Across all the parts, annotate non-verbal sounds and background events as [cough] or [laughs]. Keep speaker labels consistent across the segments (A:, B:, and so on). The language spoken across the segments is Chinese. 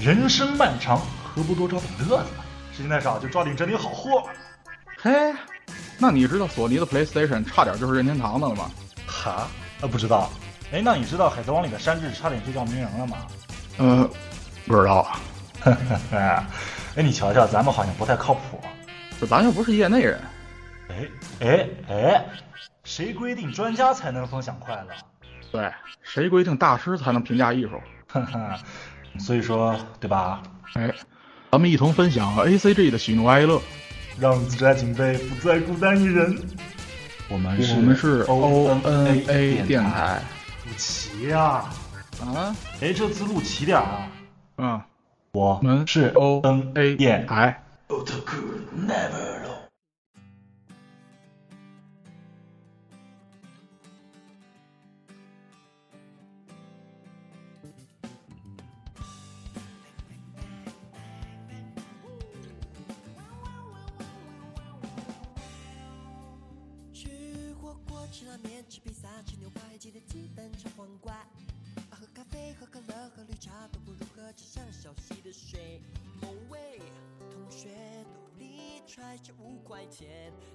A: 人生漫长，何不多找点乐子吧？时间太少，就抓紧整理好货吧。
B: 嘿，那你知道索尼的 PlayStation 差点就是任天堂的了吗？
A: 哈？啊，不知道。哎，那你知道《海贼王》里的山治差点就叫鸣人了吗？ [laughs]
B: 呃，不知道，啊，
A: 哎，你瞧瞧，咱们好像不太靠谱。
B: 这咱又不是业内人。
A: 哎哎哎，谁规定专家才能分享快乐？
B: 对，谁规定大师才能评价艺术？
A: 哈哈， [laughs] 所以说，对吧？
B: 哎，咱们一同分享 ACG 的喜怒哀乐。
A: 让自家警备不再孤单一人。我们
B: 我们是 ONA 电
A: 台。
B: 台
A: 陆琪呀，
B: 啊，
A: 哎，这次陆琪点儿啊。
B: 嗯，
A: 我
B: 我们
A: 是
B: ONA
A: 电
B: 电
A: 台。
B: 台。
C: 吃火锅，吃拉面，吃披萨，吃牛排，记得鸡蛋炒黄瓜。啊，喝咖啡，喝可乐，喝绿茶，都不如喝只上小溪的水。某位同学兜里揣着五块钱，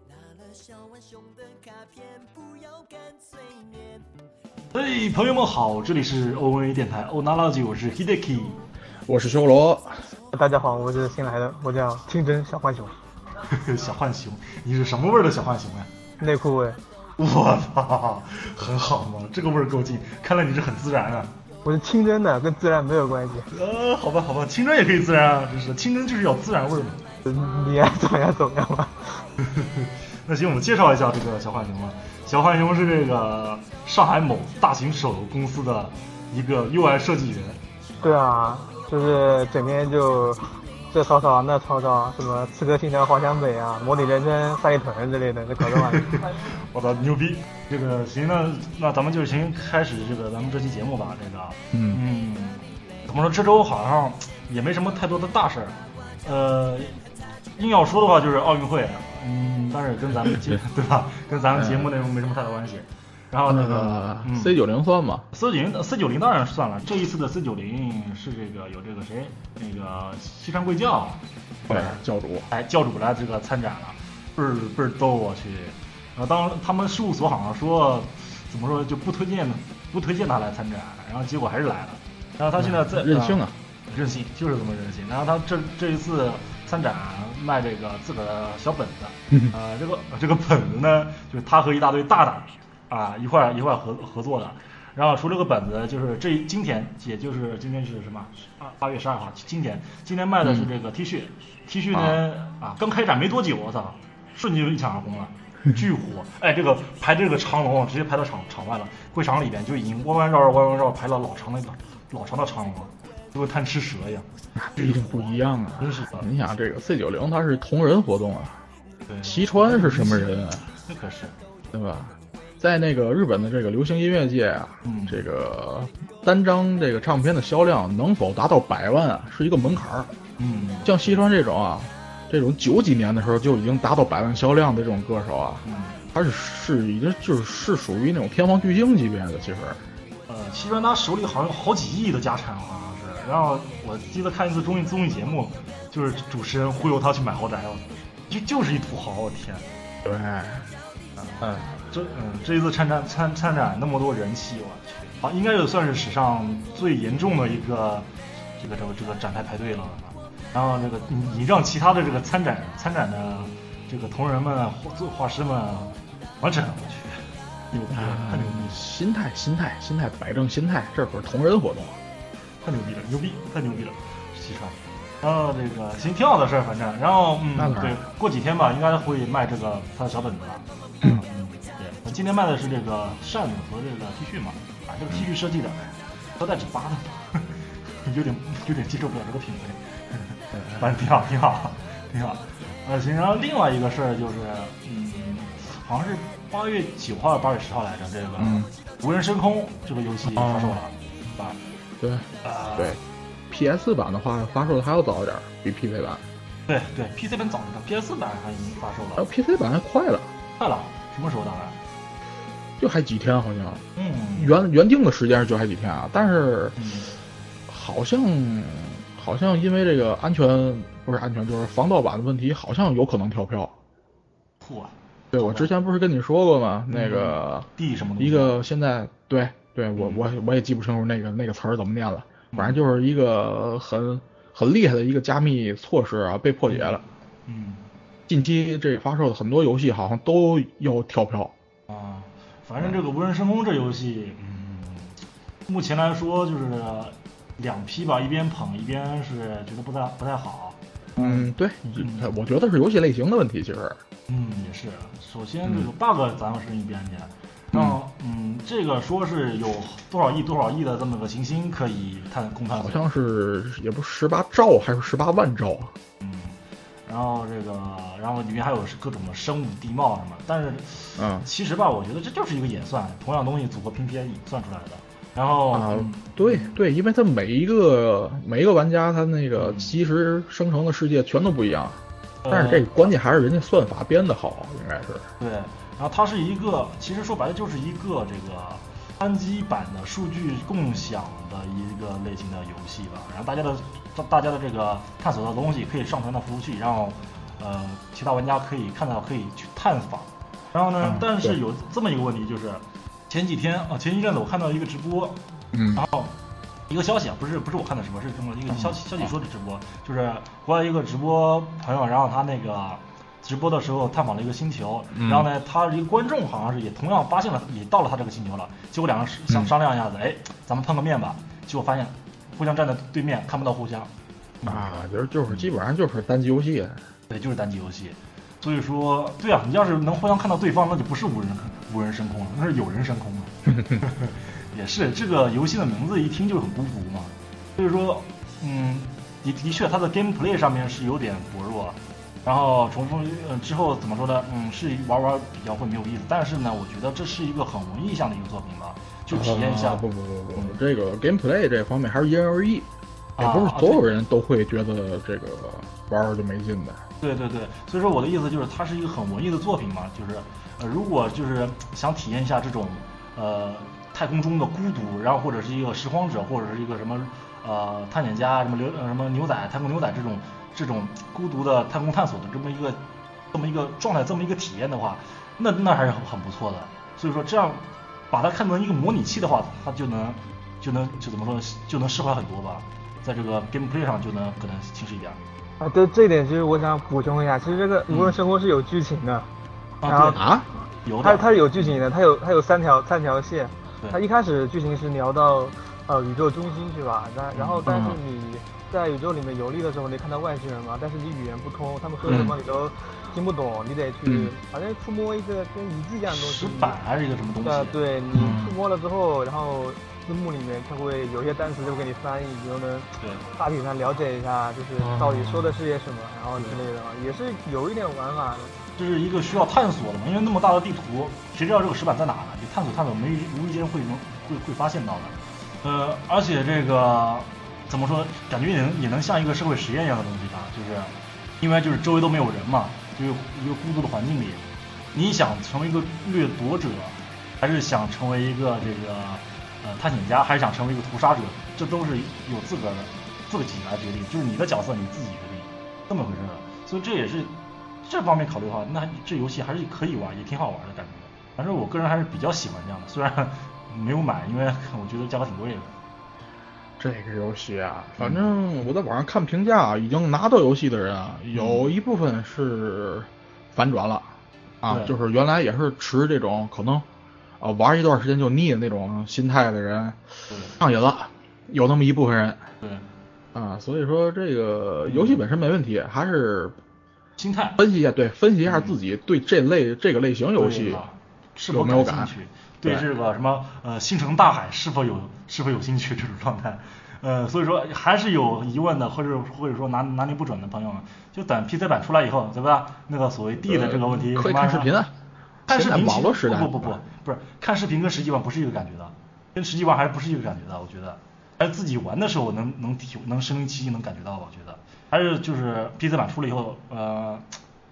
C: 拿了小浣熊的卡片，不要干脆面。
A: 嘿，朋友们好，这里是 ONA 电台欧娜拉吉，我是 Hideki。 [laughs]
B: 我是修罗，
D: 大家好，我是新来的，我叫清真小浣熊，
A: 小浣熊，你是什么味儿的小浣熊呀、
D: 内裤味，
A: 我操，很好嘛，这个味儿够劲，看来你是很自然啊。
D: 我是清真的，跟自然没有关系。
A: 呃，好吧，好吧，清蒸也可以自然啊，真是的，清蒸就是要自然味儿嘛。
D: 你爱怎么样怎么样吧。 [laughs]
A: 那行，我们介绍一下这个小浣熊吧。啊小浣熊是这个上海某大型手游公司的一个 UI 设计员，
D: 对啊，就是整天就这吵吵那吵吵，什么刺客信条滑翔北啊，模拟人生三里屯之类的，这搞这玩意儿。
A: 我操，牛逼！这个行，那那咱们就先开始这个咱们这期节目吧。这个，
B: 嗯，
A: 嗯，怎么说？这周好像也没什么太多的大事儿，呃，硬要说的话就是奥运会，嗯，但是跟咱
B: [laughs]
A: 们节对吧？跟咱们节目内容没什么太大关系。然后那个
B: 呃、
A: 嗯
B: C 九零算吗？
A: C 九零 C 九零当然算了，这一次的 C 九零是这个有这个谁，那个西山贵教，
B: 对，教主。
A: 哎，教主来这个参展了，倍儿倍儿逗我去。然后当他们事务所好像说，怎么说就不推荐不推荐他来参展，然后结果还是来了。然后他现在在
B: 任性啊，
A: 任性就是这么任性。然后他这这一次参展卖这个自个儿的小本子，呃，这个这个本子呢，就是他和一大堆大大啊一块儿一块儿合合作的。然后除了这个本子，就是这今天，也就是今天是什么？二八月十二号，今天今天卖的是这个 T 恤、t 恤呢啊刚开展没多久，我操，瞬间就一抢而
B: [laughs]
A: 红了。巨火！哎，这个排这个长龙，啊直接排到场场外了。会场里边就已经弯弯绕绕、弯弯绕绕排了老长的老长的长龙了，就跟贪吃蛇一样。
B: 毕竟不一样啊。
A: 真是的，
B: 你想这个 C 九零它是同人活动啊，
A: 对，
B: 齐川是什么人啊？
A: 这可是，
B: 对吧？在那个日本的这个流行音乐界啊，
A: 嗯
B: 这个单张这个唱片的销量能否达到百万啊，是一个门槛儿。
A: 嗯，
B: 像西川这种啊，这种九几年的时候就已经达到百万销量的这种歌手啊，
A: 嗯，
B: 他是是已经就是是属于那种天王巨星级别的。其实，
A: 呃，西川他手里好像有好几亿的家产，好像是。然后我记得看一次综艺综艺节目，就是主持人忽悠他去买豪宅了，就就是一土豪，我天！
B: 对，嗯，
A: 这嗯，这一次参展参参展那么多人气，我去，好，应该也算是史上最严重的一个这个这个这个展台排队了。啊然后这个你你让其他的这个参展参展的这个同仁们、啊画作画师们啊完整，我去， [laughs] 牛逼了，太牛逼了！
B: 心态，心态，心态，摆正心态，这可是同人活动啊。
A: 太牛逼了，牛逼，太牛逼了，西川。然后这个行，挺好的事儿，反正，然后
B: 那
A: 嗯，
B: 当
A: 对，
B: 然
A: 过几天吧，应该会卖这个他的小本子了。嗯，对，我今天卖的是这个扇子和这个 T 恤嘛，啊，这个 T 恤设计的，都带纸扒的，有点有点接受不了这个品味，反正挺好，挺好，挺好。呃，行，然后另外一个事儿就是，嗯，好像是八月九号、八月十号来着，这个、
B: 嗯
A: 无人深空这个游戏发售了，是吧？
B: 对
A: 啊，
B: 对，PS 版的话发售的还要早一点儿，比 PC 版，
A: 对对，PC 版早一点，PS 版还已经发售
B: 然后
A: 了，
B: PC 版还快了，
A: 快了，什么时候到来？
B: 就还几天好像。
A: 嗯，
B: 原原定的时间是就还几天啊，但是
A: 嗯
B: 好像好像因为这个安全不是安全，就是防盗版的问题，好像有可能跳票。
A: 嚯，
B: 对我之前不是跟你说过吗？那个
A: 地什么东西
B: 一个现在对对我我我也记不清楚那个那个词儿怎么念了，反正就是一个很很厉害的一个加密措施啊，被破解了。
A: 嗯
B: 近期这发售的很多游戏好像都要跳票，
A: 啊，反正这个无人深空这游戏，嗯，目前来说就是两批吧，一边捧一边是觉得不太不太好。
B: 嗯，对，我觉得是游戏类型的问题，其实，
A: 嗯，也是。首先这个 bug 咱们是一边去，
B: 嗯
A: 那嗯，这个说是有多少亿多少亿的这么个行星可以探供探
B: 好
A: 索，
B: 像是也不十八兆还是十八万兆啊？
A: 嗯，然后这个然后里面还有各种的生物地貌什么，但是
B: 嗯
A: 其实吧，我觉得这就是一个演算，同样东西组合拼贴演算出来的。然后
B: 啊
A: 嗯，
B: 对对，因为它每一个每一个玩家他那个其实生成的世界全都不一样，但是这个关键还是人家算法编的好，应该是，
A: 对，然后它是一个，其实说白了就是一个这个单机版的数据共享的一个类型的游戏吧。然后大家的大大家的这个探索的东西可以上传到服务器，然后呃其他玩家可以看到可以去探访。然后呢，
B: 嗯
A: 但是
B: 对
A: 有这么一个问题就是，前几天啊前一阵子我看到一个直播，
B: 嗯
A: 然后一个消息啊，不是不是我看的直播，是中国一个消息消息说的直播，就是国外一个直播朋友，然啊后他那个直播的时候探访了一个星球，
B: 嗯
A: 然后呢，他一个观众好像是也同样发现了，也到了他这个星球了，结果两个人想
B: 嗯
A: 商量一下子，哎，咱们碰个面吧，结果发现互相站在对面，看不到互相，
B: 啊，就是就是基本上就是单机游戏，啊
A: 对，就是单机游戏。所以说，对啊，你要是能互相看到对方，那就不是无人无人深空了，那是有人深空了。 [laughs] 也是这个游戏的名字一听就很孤独嘛。所以说，嗯，的的确，它的 gameplay 上面是有点薄弱，然后重复呃之后怎么说呢？嗯，是玩玩比较会没有意思，但是呢，我觉得这是一个很文艺向的一个作品吧，就体验一下。
B: 啊不不不不不，这个 gameplay 这方面还是因人而异，E，也不是
A: 啊
B: 所有人都会觉得这个玩儿就没劲的。
A: 对对对，所以说我的意思就是，它是一个很文艺的作品嘛，就是呃，如果就是想体验一下这种呃太空中的孤独，然后或者是一个拾荒者，或者是一个什么呃探险家，什么流呃什么牛仔太空牛仔这种这种孤独的太空探索的这么一个这么一个状态，这么一个体验的话，那那还是很很不错的。所以说这样把它看成一个模拟器的话，它就能就能就怎么说就能释怀很多吧，在这个 gameplay 上就能可能轻视一点。
D: 啊，对这一点，其实我想补充一下，其实这个无人深空是有剧情的，然后
A: 对
B: 啊，
A: 有
D: 它
A: 的
D: 它是有剧情的，它有它有三条三条线
A: 对，
D: 它一开始剧情是你要到呃宇宙中心去吧，然然后但是
A: 嗯
D: 你在宇宙里面游历的时候，你看到外星人嘛，但是你语言不通，他们说什么
B: 嗯
D: 你都听不懂，你得去
B: 嗯
D: 好像触摸一个跟遗迹一样的东
A: 石，
D: 西
A: 板还是一个什么东西？
D: 呃，对你
A: 嗯
D: 触摸了之后，然后字幕里面它会有一些单词就会给你翻译，你就能。
A: 对
D: 大体上了解一下，就是
A: 哦
D: 到底说的是些什么，然后之类的，也是有一点玩法的。
A: 这是一个需要探索的嘛，因为那么大的地图，谁知道这个石板在哪呢？你探索探索，没无意间会能会会发现到的。呃，而且这个怎么说，感觉也能也能像一个社会实验一样的东西吧，就是因为就是周围都没有人嘛，就是一个孤独的环境里，你想成为一个掠夺者，还是想成为一个这个呃探险家，还是想成为一个屠杀者，这都是有自个儿自己来决定，就是你的角色你自己决定，这么回事儿。所以这也是这方面考虑的话，那这游戏还是可以玩，也挺好玩的感觉。反正我个人还是比较喜欢这样的，虽然没有买，因为 [laughs] 我觉得价格挺贵的。
B: 这个游戏啊，反正我在网上看评价，啊已经拿到游戏的人啊，
A: 嗯
B: 有一部分是反转了啊，
A: 对
B: 就是原来也是持这种可能啊玩一段时间就腻的那种心态的人
A: 对
B: 上瘾了，有那么一部分人
A: 对，
B: 啊，所以说这个游
A: 嗯
B: 戏本身没问题，还是
A: 心态
B: 分析一下，对，分析一下
A: 嗯
B: 自己对这类、这个类型游
A: 对
B: 戏
A: 吧是否
B: 有没有
A: 感
B: 感
A: 兴趣？对
B: 对
A: 这个什么呃星辰大海是否有是否有兴趣这种状态？呃，所以说还是有疑问的，或者或者说拿拿捏不准的朋友们，就等 PC 版出来以后，对吧？那个所谓 D 的这个问题，
B: 呃可以
A: 什么
B: 看视频啊
A: 看视
B: 现
A: 频
B: 在
A: 其
B: 网络时代啊
A: 不不不不不是看视频跟实际玩不是一个感觉的，跟实际玩还不是一个感觉的，我觉得。还是自己玩的时候能能体能身临其境能感觉到吧，我觉得还是就是 PC 版出了以后，呃，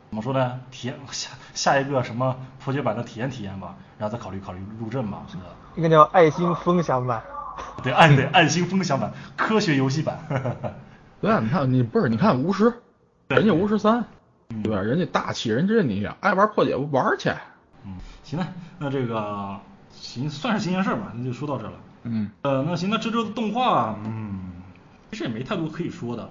A: 怎么说呢？体验下下一个什么破解版的体验体验吧，然后再考虑考虑入阵吧，是的。
D: 一个叫爱心分享版，
A: 对，暗对暗星风响版，科学游戏版。
B: 对啊，你看你不是你看巫师，人家巫师三，嗯对吧？人家大气，人家你想爱玩破解玩儿去，
A: 嗯，行了，那这个行算是新鲜事儿吧，那就说到这儿了。
B: 嗯
A: 呃，那行，那这周的动画，嗯，其实也没太多可以说的。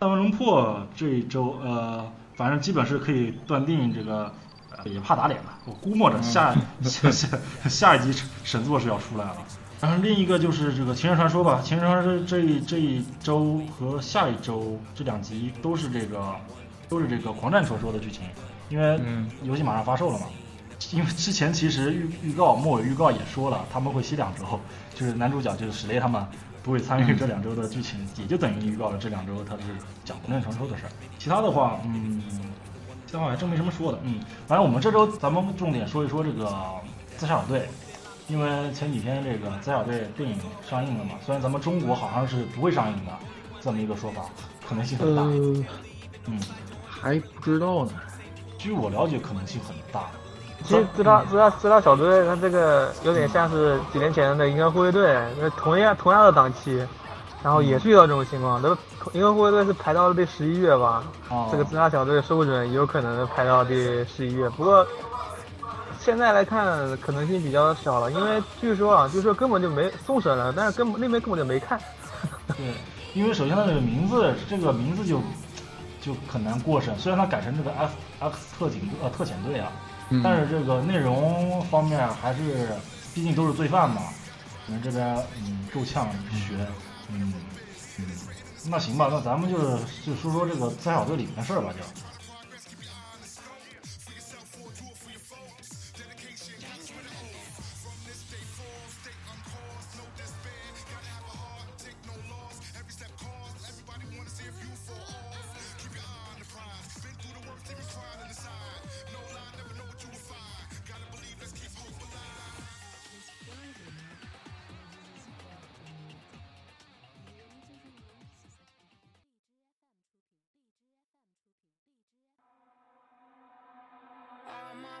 A: 大文龙破这一周，呃，反正基本是可以断定这个，呃也怕打脸了。我估摸
B: 嗯
A: 着下、下下下一集神神作是要出来了。然后另一个就是这个《情人传说》吧，《情人传说》这一这一周和下一周这两集都是这个都是这个《狂战传说》的剧情，因为
B: 嗯
A: 游戏马上发售了嘛。因为之前其实预预告末尾预告也说了，他们会歇两周，就是男主角就是史雷他们不会参与这两周的剧情，也就等于预告了这两周他是讲《国内传说》的事儿。其他的话，嗯，其他好像真没什么说的。嗯，反正我们这周咱们重点说一说这个自杀小队，因为前几天这个自杀小队电影上映了嘛，虽然咱们中国好像是不会上映的这么一个说法，可能性很大。
B: 呃，
A: 嗯，
B: 还不知道呢。
A: 据我了解，可能性很大。
D: 其实知道知道知道小队，它这个有点像是几年前的银河护卫队，因为同样同样的档期，然后也是遇到这种情况。都银河护卫队是排到了第十一月吧，
A: 哦
D: 这个自杀小队说不准也有可能排到第十一月。不过现在来看可能性比较小了，因为据说啊，据说根本就没送审了，但是根本那边根本就没看。
A: 对，因为首先它这个名字，这个名字就就很难过审。虽然它改成这个 F X 特警队呃特遣队啊，
B: 嗯
A: 但是这个内容方面还是，毕竟都是罪犯嘛，可能这边嗯够呛学，嗯嗯，那行吧，那咱们就是就说说这个自杀小队里面的事儿吧，就。
E: All my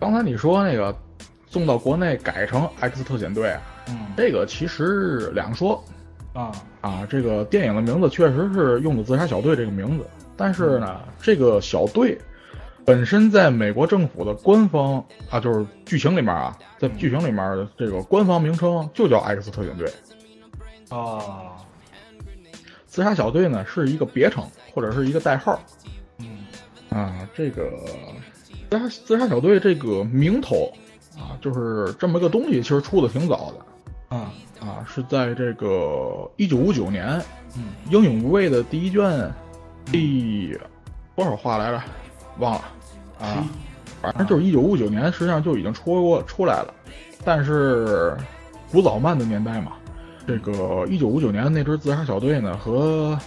B: 刚才你说那个送到国内改成 X 特遣队啊，
A: 嗯
B: 这个其实两说
A: 嗯啊，
B: 啊。这个电影的名字确实是用的自杀小队这个名字，但是呢，这个小队本身在美国政府的官方啊，就是剧情里面啊，在剧情里面的这个官方名称就叫 X 特遣队。
A: 哦，
B: 自杀小队呢是一个别称或者是一个代号
A: 嗯
B: 啊。这个自杀自杀小队这个名头啊，就是这么个东西，其实出的挺早的
A: 嗯
B: 啊，是在这个一九五九年《
A: 嗯
B: 英勇无畏》的第一卷第多少话来着？忘了啊，反正就是一九五九年，实际上就已经出过出来了，但是古早漫的年代嘛。这个一九五九年那支自杀小队呢，和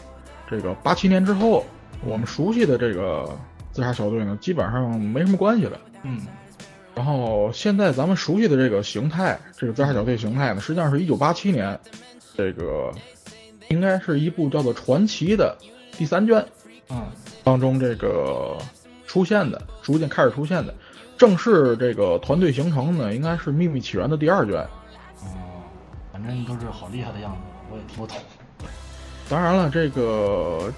B: 这个八七年之后我们熟悉的这个自杀小队呢，基本上没什么关系了。
A: 嗯
B: 然后现在咱们熟悉的这个形态，这个自杀小队形态呢，实际上是一九八七年，这个应该是一部叫做《传奇》的第三卷
A: 嗯
B: 当中这个出现的，逐渐开始出现的。正式这个团队形成呢，应该是《秘密起源》的第二卷。
A: 哦，反正都是好厉害的样子，我也听不懂。
B: 当然了，这个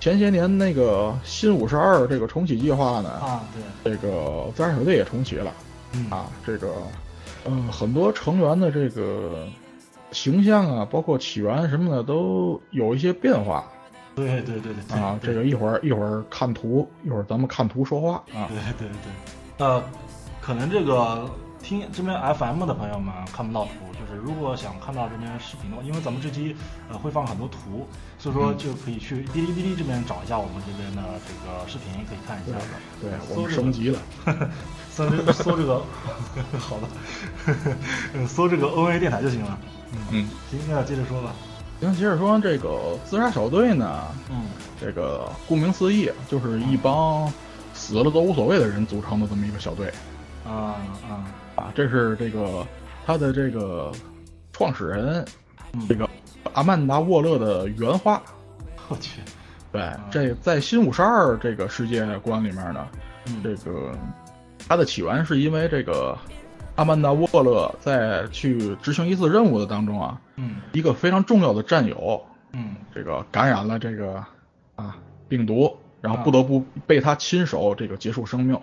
B: 前些年那个新五十二这个重启计划呢，
A: 啊，对，
B: 这个自杀小队也重启了
A: 嗯
B: 啊。这个，嗯，很多成员的这个形象啊，包括起源什么的，都有一些变化
A: 对对对嗯对对
B: 啊。这个一会儿一会儿看图，一会儿咱们看图说话啊
A: 对。对对对，呃，可能这个听这边 FM 的朋友们啊看不到图，就是如果想看到这边视频的话，因为咱们这期呃会放很多图，所以说就可以去哔哩哔哩这边找一下我们这边的这个视频，可以看一下。
B: 对我
A: 搜
B: 们
A: 这个
B: 升级了。
A: 搜这个搜这个， [laughs] 好吧，嗯搜这个 ONA 电台就行了。嗯，
B: 嗯，
A: 行，那接着说吧。
B: 行，接着说这个自杀小队呢，
A: 嗯
B: 这个顾名思义，就是一帮死了都无所谓的人组成的这么一个小队
A: 啊啊
B: 啊。这是这个他的这个创始人
A: 嗯，
B: 这个阿曼达沃勒的原话。
A: 我去，
B: 对，这在新五十二这个世界观里面呢，
A: 嗯
B: 这个它的起源是因为这个阿曼达·沃勒在去执行一次任务的当中啊，
A: 嗯
B: 一个非常重要的战友，
A: 嗯
B: 这个感染了这个啊病毒，然后
A: 啊
B: 不得不被他亲手这个结束生命。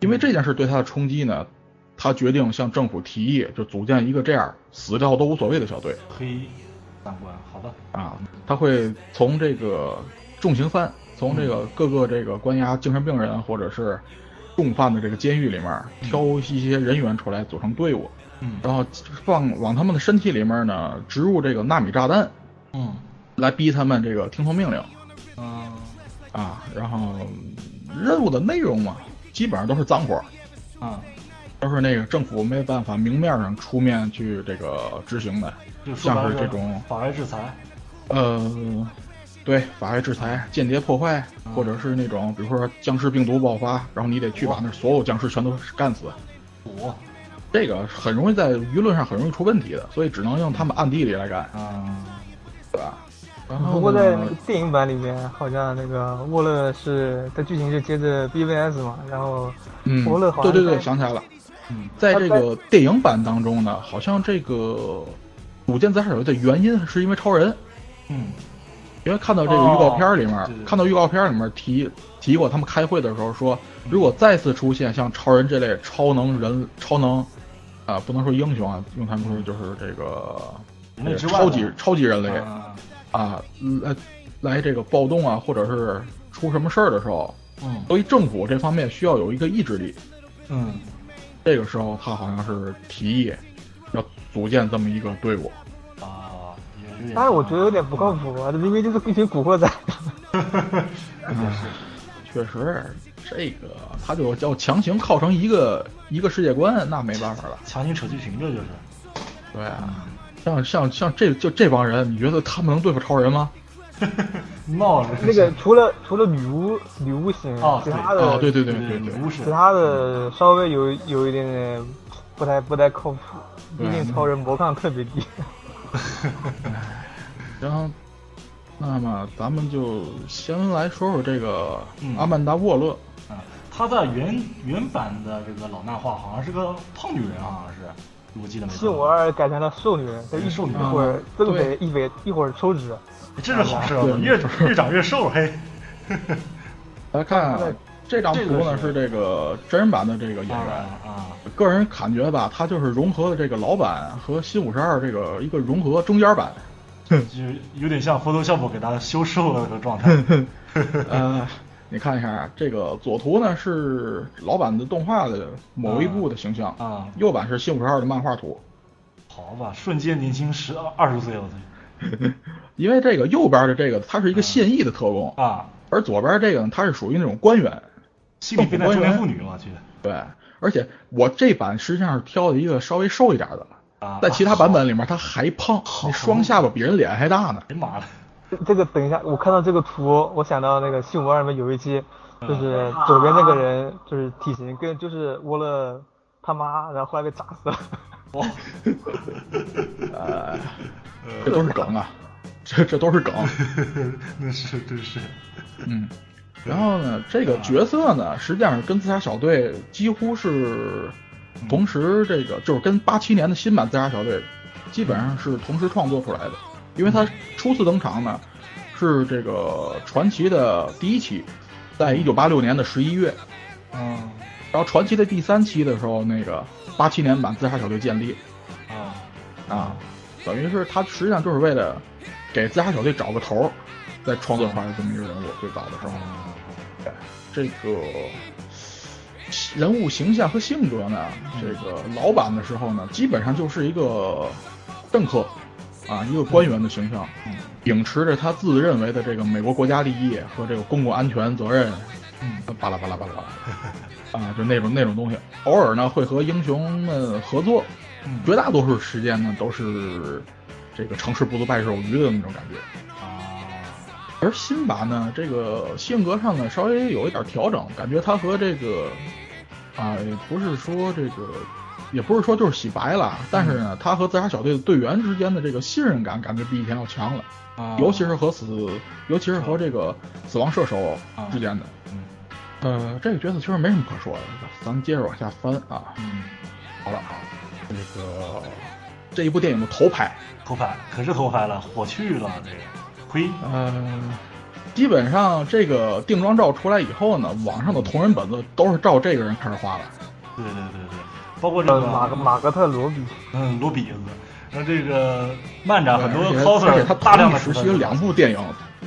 B: 因为这件事对他的冲击呢，他决定向政府提议，就组建一个这样死掉都无所谓的小队
A: 黑三观，好的，
B: 啊。他会从这个重刑犯，从这
A: 嗯
B: 个各个这个关押精神病人或者是重犯的这个监狱里面挑一些人员出来组成队伍，
A: 嗯
B: 然后放往他们的身体里面呢植入这个纳米炸弹，
A: 嗯
B: 来逼他们这个听从命令。
A: 啊
B: 啊，然后嗯任务的内容嘛，基本上都是脏活儿，
A: 啊，
B: 都是那个政府没办法明面上出面去这个执行的，
A: 就说白
B: 像
A: 了
B: 是这种
A: 法外制裁，
B: 呃，对法外制裁、间谍破坏，
D: 啊
B: 或者是那种比如说僵尸病毒爆发，然后你得去把那所有僵尸全都干死，
A: 五
B: 这个很容易在舆论上很容易出问题的，所以只能用他们暗地里来干，
A: 啊，
B: 对吧？然后
D: 不过在那
B: 呢
D: 个电影版里面，好像那个沃勒是在剧情是接着 BVS 嘛，然后
B: 嗯
D: 伯乐好，
B: 对
D: 像
B: 对对，
D: 在
B: 想起来了。
A: 嗯，
B: 在这个电影版当中呢，好像这个组建自杀小队的原因是因为超人，
A: 嗯
B: 因为看到这个预告片里面，
A: 哦对对
B: 看到预告片里面提提过，他们开会的时候说，如果再次出现像超人这类超能人、超能啊、不能说英雄啊，用他们说就是这个
A: 人类之外
B: 超
A: 的
B: 级超级人类
A: 啊
B: 啊，来来这个暴动啊，或者是出什么事儿的时候，
A: 嗯
B: 所以政府这方面需要有一个意志力，
A: 嗯
B: 这个时候他好像是提议要组建这么一个队伍。
A: 啊，也有点，
D: 但是我觉得有点不靠谱啊，这明明就是一群古
B: [laughs]
D: 惑仔。
A: 也是，
B: 确实，这个他就要强行靠成一个一个世界观，那没办法了。
A: 强行扯剧情，这就是，
B: 对啊，像像像这就这帮人，你觉得他们能对付超人吗？
A: 闹着 [laughs]
D: 那个除了除了女巫女巫行
A: 哦，
D: 其他
B: 哦
D: 的
B: 对对
A: 对
B: 对
A: 女
B: 对
A: 巫师
D: 其，他的稍微有有一点点不太不太靠谱，
B: 对
D: 毕竟超人魔抗特别低。
B: 然后，那么咱们就先来说说这个
A: 嗯
B: 阿曼达·沃勒。
A: 啊，她在原原版的这个老漫画好像是个胖女人，好像是，我
B: 嗯
D: [laughs]
A: 记得没错。
D: 七五二改成了瘦女人，这一
A: 瘦女人
D: 一会儿增
B: 对
D: 肥，一会儿一会儿抽脂。
A: 这是好事啊
B: 对，
A: 越越长越瘦，嘿。
B: 来看啊
D: 对
B: 这张图
A: 这
B: 呢，是这个真人版的这个演
A: 当然
B: 员。
A: [laughs] 啊，
B: 个人感觉吧，他就是融合了这个老版和新五十二这个一个融合中间版。
A: [laughs] 就有点像 Photoshop 给她修瘦的那个状态。
B: [laughs] 呃，你看一下啊这个左图呢是老版的动画的某一部的形象，
A: 啊，
B: 右版是新五十二的漫画图。
A: 好吧，啊瞬间年轻十二十岁，我操！
B: 因为这个右边的这个他是一个现役的特工，
A: 啊，
B: 而左边这个呢他是属于那种官员。
A: 心理变态中年妇女，我去。
B: 对，而且我这版实际上是挑的一个稍微瘦一点的，
A: 啊，
B: 在其他版本里面他还胖，那双下巴比人脸还大呢。
A: 哎呀妈
B: [laughs]
A: 的，
D: 这这个等一下，我看到这个图，我想到那个七五二里面有一期，
B: 嗯
D: 就是左边那个人就是体型跟就是窝了他妈，然后后来被炸死
B: [laughs]
D: 了。
B: 呃，这都是梗啊，这这都是梗。
A: 那是真是，
B: 嗯，然后呢，这个角色呢，实际上跟自杀小队几乎是同时，这个就是跟八七年的新版自杀小队基本上是同时创作出来的，因为他初次登场呢是这个传奇的第一期，在一九八六年的十一月，
A: 嗯
B: 然后传奇的第三期的时候，那个八七年版自杀小队建立
A: 啊
B: 啊，等于是他实际上就是为了给自杀小队找个头儿，在创作出来这么一个人物，最早的
A: 嗯
B: 时候。这个人物形象和性格呢，
A: 嗯
B: 这个老版的时候呢，基本上就是一个政客啊，一个官员的形象，
A: 嗯
B: 秉持着他自认为的这个美国国家利益和这个公共安全责任，
A: 嗯
B: 巴拉巴拉巴拉巴
A: [laughs]
B: 拉，啊，就那种那种东西。偶尔呢会和英雄们合作，
A: 嗯
B: 绝大多数时间呢都是这个成事不足败事有余的那种感觉。
A: 啊，
B: 而辛巴呢，这个性格上呢稍微有一点调整，感觉他和这个啊、也不是说这个，也不是说就是洗白了，但是呢，他和自杀小队的队员之间的这个信任感感觉比以前要强了，
A: 啊
B: 尤其是和死，尤其是和这个死亡射手之间的。
A: 嗯
B: 呃，这个角色其实没什么可说的，咱们接着往下翻啊。
A: 嗯，
B: 好了，啊这个这一部电影的头牌，
A: 偷拍可是偷拍了，火去了这个，亏
B: 嗯，基本上这个定妆照出来以后呢，网上的同人本子都是照这个人开始画的。
A: 对对对对，包括这
D: 呃
A: 个
D: 马格马格特罗比，
A: 嗯罗比子，然后这个漫展啊很多
B: 而且而且
A: coser
B: 他
A: 大量的
B: 同一时期有两部电影，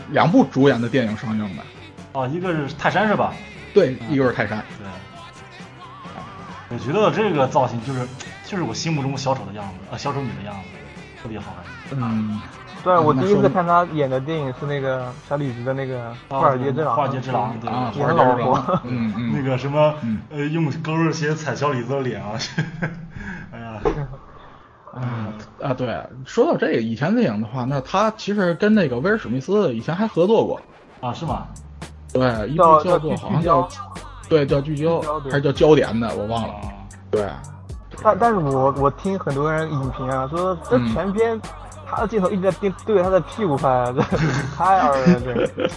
B: 两部主演的电影上映的。
A: 啊，一个是泰山是吧？
B: 对，
A: 啊
B: 一个是泰山，
A: 对，我觉得这个造型就是就是我心目中小丑的样子，呃，小丑女的样子，特别好看。
B: 嗯，
D: 对我
B: 那
D: 第一
B: 说
D: 次看他演的电影是那个小李子的那个《
A: 啊
D: 华尔街之狼》，
A: 华尔街之狼，对，
B: 啊，
D: 我
B: 是
D: 的
B: 老
D: 老
B: 婆
D: 婆，
B: 嗯嗯，
A: [laughs] 那个什么
B: 嗯，
A: 呃，用高跟鞋踩小李子的脸啊， [laughs] 哎呀，
B: 啊啊，对，说到这个以前电影的话，那他其实跟那个威尔史密斯以前还合作过，
A: 啊是吗？
B: 对，一部叫
D: 嗯叫叫
B: 做
D: 聚
B: 好像
D: 聚
B: 叫
D: 焦，
B: 对叫聚焦
D: 聚焦对
B: 还是叫焦点的，我忘了。
A: 啊，
B: 对，
A: [laughs]
D: 但但是我我听很多人影评啊，说这
B: 嗯
D: 全片他的镜头一直在盯对着他的屁股拍，
A: [laughs]
D: 啊这太二了，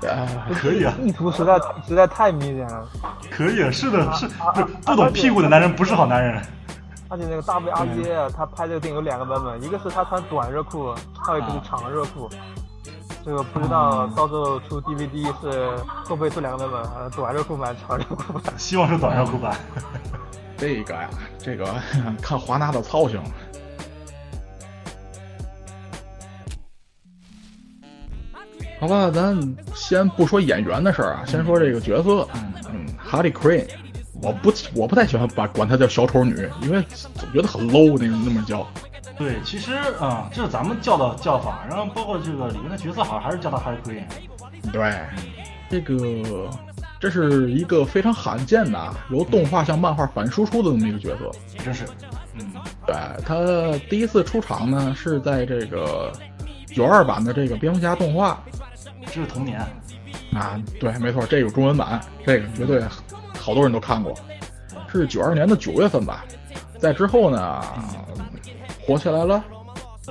D: 这
B: 啊，
A: 可以啊，
D: 意图实在实在太明显了。
A: 可以啊，是的，是不不懂屁股的男人不是好男人。 [laughs]
D: 而且那个大卫阿杰啊，他拍这个电影有两个版本，一个是他穿短热裤，还有一个是长热裤。这个不知道
A: 嗯
D: 到时候出 DVD 是会不会出两个版本，呃短热裤版、长热裤版。
A: 希望是短袖裤版。
B: 这个呀，这个 [laughs] 看华纳的操行。好吧，咱先不说演员的事儿啊，先说这个角色。嗯，哈利·奎因，我不我不太喜欢把管她叫小丑女，因为总觉得很 low 那种那么叫。
A: [laughs] 对，其实啊、嗯，这是咱们叫的叫法，然后包括这个里面的角色，好像还是叫他哈利奎因。
B: 对，这个这是一个非常罕见的啊，由动画向漫画反输出的这么一个角色。
A: 也真是，嗯，
B: 对他第一次出场呢，是在这个九二版的这个蝙蝠侠动画
A: 这是童年，
B: 啊，对，没错，这有中文版，这个绝对好多人都看过，是九二年的九月份吧。在之后呢，啊火起来了，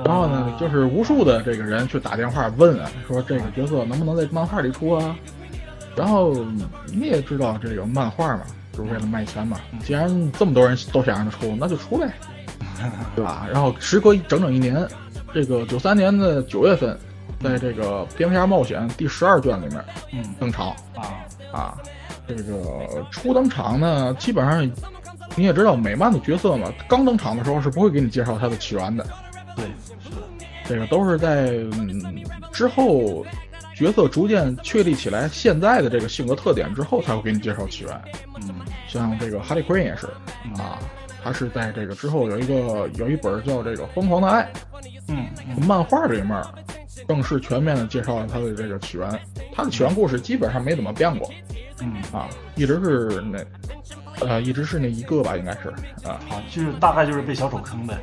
B: 然后呢，
A: 呃
B: 哦就是无数的这个人去打电话问啊，说这个角色能不能在漫画里出啊？然后你也知道这个漫画嘛，就是为了卖钱嘛。既然这么多人都想让它出，那就出呗，对吧？然后时隔整整一年，这个九三年的九月份，在这个《蝙蝠侠冒险》第十二卷里面
A: 嗯
B: 登场
A: 啊，
B: 啊。这个初登场呢，基本上你也知道美漫的角色嘛，刚登场的时候是不会给你介绍它的起源的。
A: 对，是的，
B: 这个都是在、嗯、之后角色逐渐确立起来现在的这个性格特点之后，才会给你介绍起源。
A: 嗯
B: 像这个哈利奎因也是
A: 嗯
B: 啊，他是在这个之后有一个有一本叫这个《疯狂的爱
A: 嗯》嗯
B: 漫画里面，正式全面的介绍了他的这个起源。他的起源故事基本上没怎么变过
A: 嗯，
B: 啊，一直是那呃一直是那一个吧，应该是啊
A: 好，就是大概就是被小丑坑呗。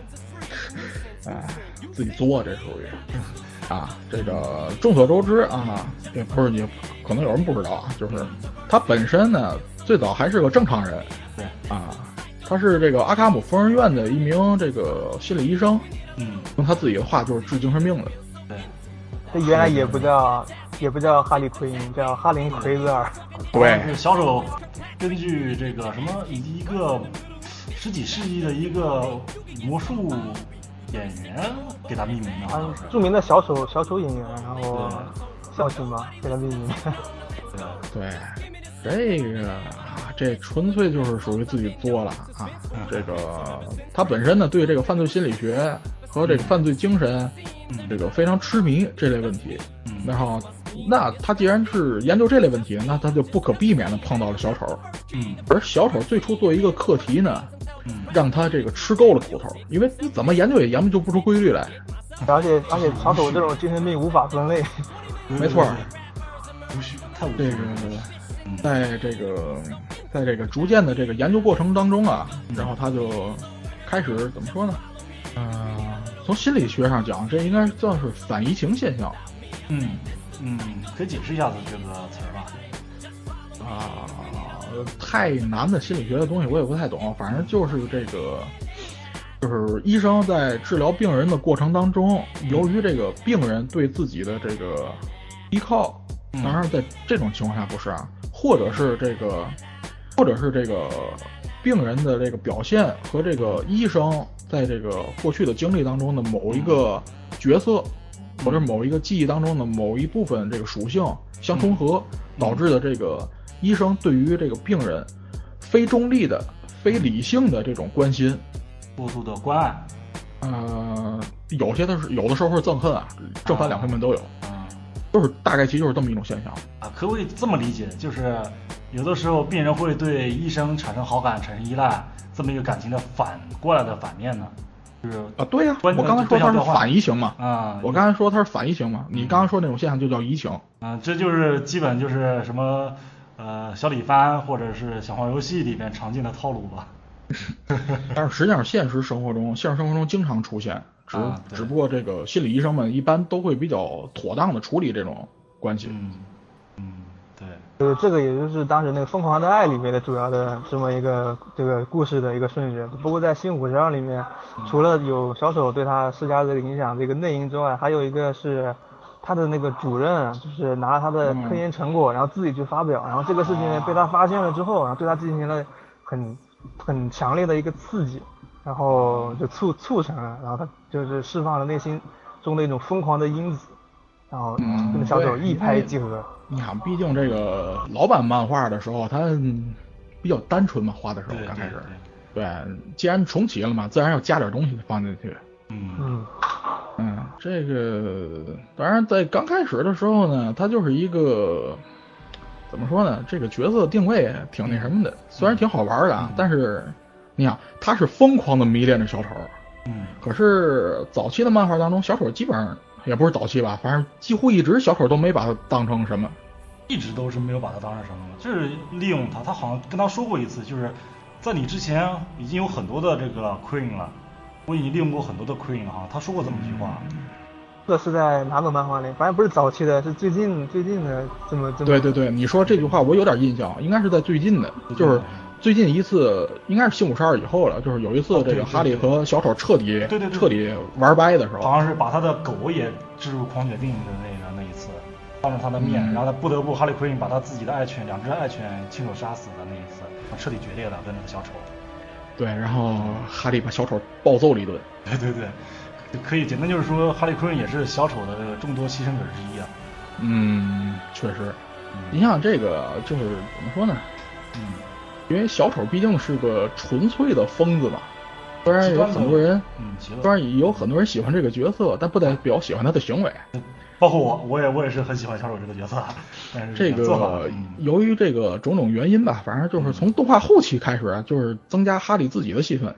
B: 哎，自己作这属于。啊，这个众所周知啊，也不是也可能有人不知道啊，就是他本身呢，最早还是个正常人
A: 对，
B: 啊，他是这个阿卡姆疯人院的一名这个心理医生，
A: 嗯
B: 用他自己的话就是治精神病的。
A: 对，
D: 这原来也不叫也不叫哈利奎因，叫哈林奎泽尔。
B: 啊
A: 就，是小丑根据这个什么一个十几世纪的一个魔术演员给他命名的，好
D: 嗯
A: 像是，
D: 著名的小丑小丑演员，然后
A: 对
D: 孝敬吧，给他命名。 [laughs]
A: 对，
B: 对，这个啊这纯粹就是属于自己作了啊
A: 嗯。
B: 这个他本身呢，对这个犯罪心理学和这个犯罪精神，这个非常痴迷这类问题。
A: 嗯
B: 然后，那他既然是研究这类问题，那他就不可避免的碰到了小丑。
A: 嗯
B: 而小丑最初作为一个课题呢，
A: 嗯
B: 让他这个吃够了苦头，因为呃你怎么研究也研究不出规律来。
D: 而且而且小丑这种精神病无法分类，
A: 对
B: 没错
A: 对对对无需太无
B: 这
A: 需
B: 个
A: 了。嗯
B: 在这个呃在这个逐渐的这个研究过程当中啊，然后他就开始怎么说呢？嗯、从心理学上讲，这应该算是反移情现象
A: 嗯嗯，可以解释一下子这个词儿吧？
B: 啊。太难的心理学的东西我也不太懂，反正就是这个，就是医生在治疗病人的过程当中，由于这个病人对自己的这个依靠，
A: 嗯
B: 当然在这种情况下不是啊，或者是这个，或者是这个病人的这个表现和这个医生在这个过去的经历当中的某一个角色，或者某一个记忆当中的某一部分这个属性相重合，导致的这个医生对于这个病人非中立的、非理性的这种关心，
A: 过度的关爱，
B: 呃，有些的是有的时候是憎恨啊，正反两方面都有，
A: 嗯
B: 就是大概其就是这么一种现象。
A: 啊，可不可以这么理解？就是有的时候病人会对医生产生好感、产生依赖，这么一个感情的反过来的反面呢？就是
B: 啊，对呀、
A: 关
B: 我刚才说它是反移情嘛，
A: 啊，
B: 我刚才说它是反移情嘛，你刚才说那种现象就叫
A: [laughs]
B: 移情。
A: 嗯，这就是基本就是什么呃小李帆或者是小黄游戏里面常见的套路吧。
B: 但是实际上，现实生活中，现实生活中经常出现，只、
A: 啊对
B: 只不过这个心理医生们一般都会比较妥当的处理这种关系。
A: 嗯嗯，对，
D: 就是这个，也就是当时那个《疯狂的爱》里面的主要的这么一个这个故事的一个顺序。不过在《新五十二》里面，
B: 嗯
D: 除了有小丑对他施加的这个影响这个内因之外，还有一个是他的那个主任，啊就是拿了他的
B: 嗯
D: 科研成果，然后自己去发表，然后这个事情呢被他发现了之后，然后对他进行了很很强烈的一个刺激，然后就促促成了，然后他就是释放了内心中的一种疯狂的因子，然后
B: 嗯
D: 跟小丑
B: 对
D: 一拍即合。
B: 你看，毕竟这个老版漫画的时候，它嗯比较单纯嘛，画的时候
A: 对
B: 刚开
A: 对
B: 始
A: 对，，
B: 对，既然重启了嘛，自然要加点东西放进去。
A: 嗯
D: 嗯。
B: 嗯，这个当然在刚开始的时候呢，它就是一个怎么说呢？这个角色定位挺那什么
A: 嗯
B: 的，虽然挺好玩的啊，但是你想，他是疯狂的迷恋着小丑，
A: 嗯
B: 可是早期的漫画当中，小丑基本上也不是早期吧，反正几乎一直小丑都没把他当成什么。
A: 一直都是没有把他当成什么，就是利用他。他好像跟他说过一次，就是在你之前已经有很多的这个 queen 了，我已经利用过很多的 queen 了哈。他说过这么一句话，
D: 这是在哪本漫画里？反正不是早期的，是最近最近的这么这么。
B: 对对对，你说这句话我有点印象，应该是在最近的，
A: 嗯
B: 就是最近一次，应该是新五十二以后了，就是有一次
A: 哦
B: 这个哈利和小丑彻底
A: 对对对
B: 彻底玩掰的时候，
A: 好像是把他的狗也置入狂犬病的那个那一次，当着他的面，嗯然后他不得不哈利奎因把他自己的爱犬两只爱犬亲手杀死的那一次，彻底决裂了跟那个小丑。 [laughs]
B: 对，然后哈利把小丑暴揍了一顿。
A: 对对对，就可以简单就是说，哈利奎因也是小丑的这个众多牺牲者之一啊。
B: 嗯，确实，你
A: 嗯
B: 像这个就是怎么说呢？
A: 嗯
B: 因为小丑毕竟是个纯粹的疯子嘛，虽然有很多人，
A: 嗯，极
B: 虽
A: 了。
B: 然也有很多人喜欢这个角色，但不代表喜欢他的行为。
A: 嗯包括我，我也我也是很喜欢小丑这个角色，啊但是
B: 这
A: 做法
B: 个
A: 嗯
B: 由于这个种种原因吧，反正就是从动画后期开始啊，就是增加哈利自己的戏份。